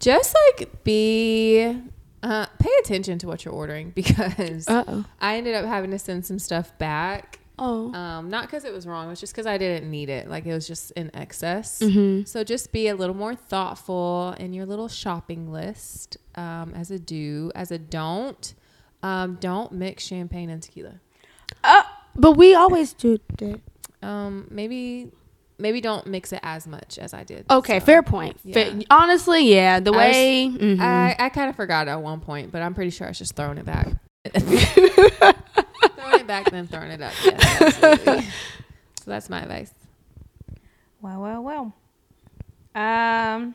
S1: just like be uh, pay attention to what you're ordering because
S4: Uh-oh.
S1: I ended up having to send some stuff back.
S4: Oh.
S1: Um, not because it was wrong, it's just because I didn't need it. Like it was just in excess.
S4: Mm-hmm.
S1: So just be a little more thoughtful in your little shopping list. Um, as a do, as a don't, um, don't mix champagne and tequila.
S4: But we always do that.
S1: Um, maybe maybe don't mix it as much as I did.
S4: Okay,
S1: So,
S4: fair point. Fa-
S1: yeah.
S4: honestly, yeah, the
S1: I
S4: way
S1: was-
S4: mhm.
S1: I, I kind of forgot at one point, but I'm pretty sure I was just throwing it back. throwing it back, then throwing it up. Yeah, absolutely. so that's my advice.
S2: Well, well, well. Um,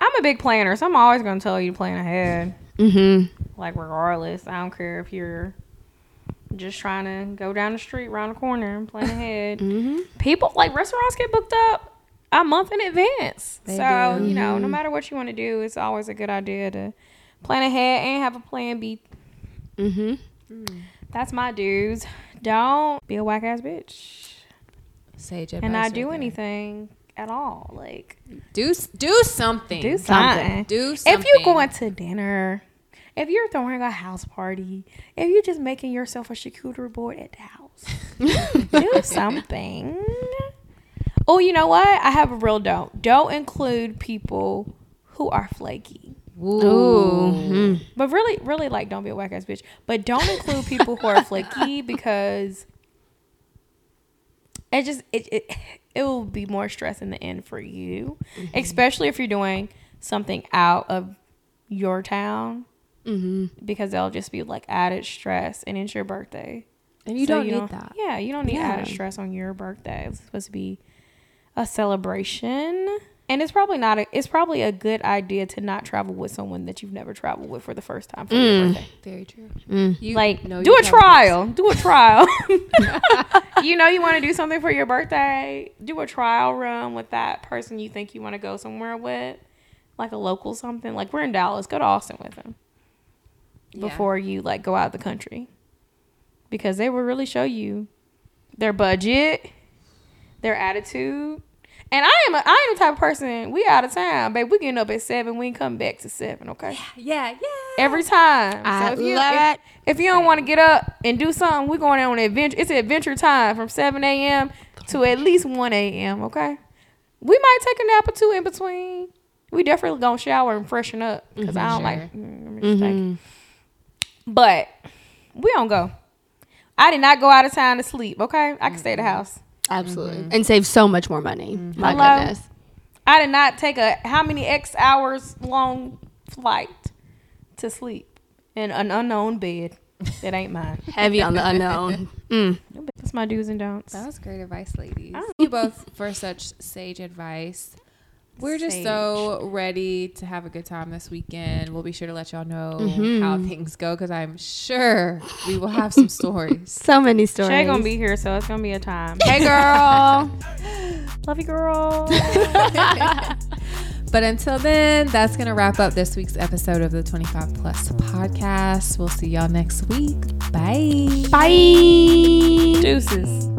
S2: I'm a big planner, so I'm always going to tell you to plan ahead.
S4: Mhm.
S2: Like, regardless, I don't care if you're just trying to go down the street, round the corner, and plan ahead. People, like, restaurants get booked up a month in advance. so, you know, no matter what you want to do, it's always a good idea to plan ahead and have a plan B.
S4: Mhm.
S2: That's my dudes. Don't be a whack ass bitch
S1: Sage advice.
S2: and not
S1: right
S2: do
S1: there.
S2: anything at all. Like,
S1: Do s- do something.
S2: Do something.
S1: Do
S2: If you're
S1: something.
S2: going to dinner, if you're throwing a house party, if you're just making yourself a charcuterie board at the house, do something. Oh, you know what? I have a real don't. Don't include people who are flaky.
S1: Ooh.
S2: But really, really, like, don't be a whack ass bitch. But don't include people who are flaky because it just it, it it will be more stress in the end for you, especially if you're doing something out of your town, because they'll just be like added stress, and it's your birthday.
S1: And you
S2: So
S1: don't need that.
S2: Yeah, you don't need
S4: Yeah.
S2: added stress on your birthday. It's supposed to be a celebration. And it's probably not a, it's probably a good idea to not travel with someone that you've never traveled with for the first time for your birthday.
S1: Very true. Mm. You
S2: Like
S1: know
S2: do
S1: your
S2: a
S1: travel
S2: trial. Do a trial. you know you want to do something for your birthday. Do a trial run with that person you think you want to go somewhere with. Like a local something. Like we're in Dallas, go to Austin with them
S1: Yeah.
S2: before you like go out of the country because they will really show you their budget their attitude and i am a, i am the type of person we out of town babe we getting up at seven we ain't coming back to seven okay
S1: Yeah, yeah.
S2: every time
S4: I
S2: if you,
S4: love
S2: if,
S4: it.
S2: if you don't want to get up and do something we're going on an adventure it's an adventure time from 7 a.m to at least 1 a.m okay we might take a nap or two in between we definitely gonna shower and freshen up because i
S4: Mm-hmm.
S2: don't like mm, I'm just thinking. But we don't go. I did not go out of town to sleep, okay? I can stay at the house.
S4: Absolutely. Mm-hmm. And save so much more money. My
S2: Hello?
S4: goodness.
S2: I did not take a how many X hours long flight to sleep in an unknown bed that ain't mine.
S4: Heavy on the unknown. Mm.
S2: That's my do's and don'ts.
S1: That was great advice, ladies.
S2: Oh.
S1: Thank you both for such sage advice. We're just so ready to have a good time this weekend. We'll be sure to let y'all know how things go because I'm sure we will have some stories.
S4: So many stories.
S2: Shay gonna be here, so it's gonna be a time.
S4: Hey girl.
S2: Love you, girl.
S1: but But until then, that's going to wrap up this week's episode of the 25 Plus podcast. We'll see y'all next week. Bye.
S4: Bye.
S2: Deuces.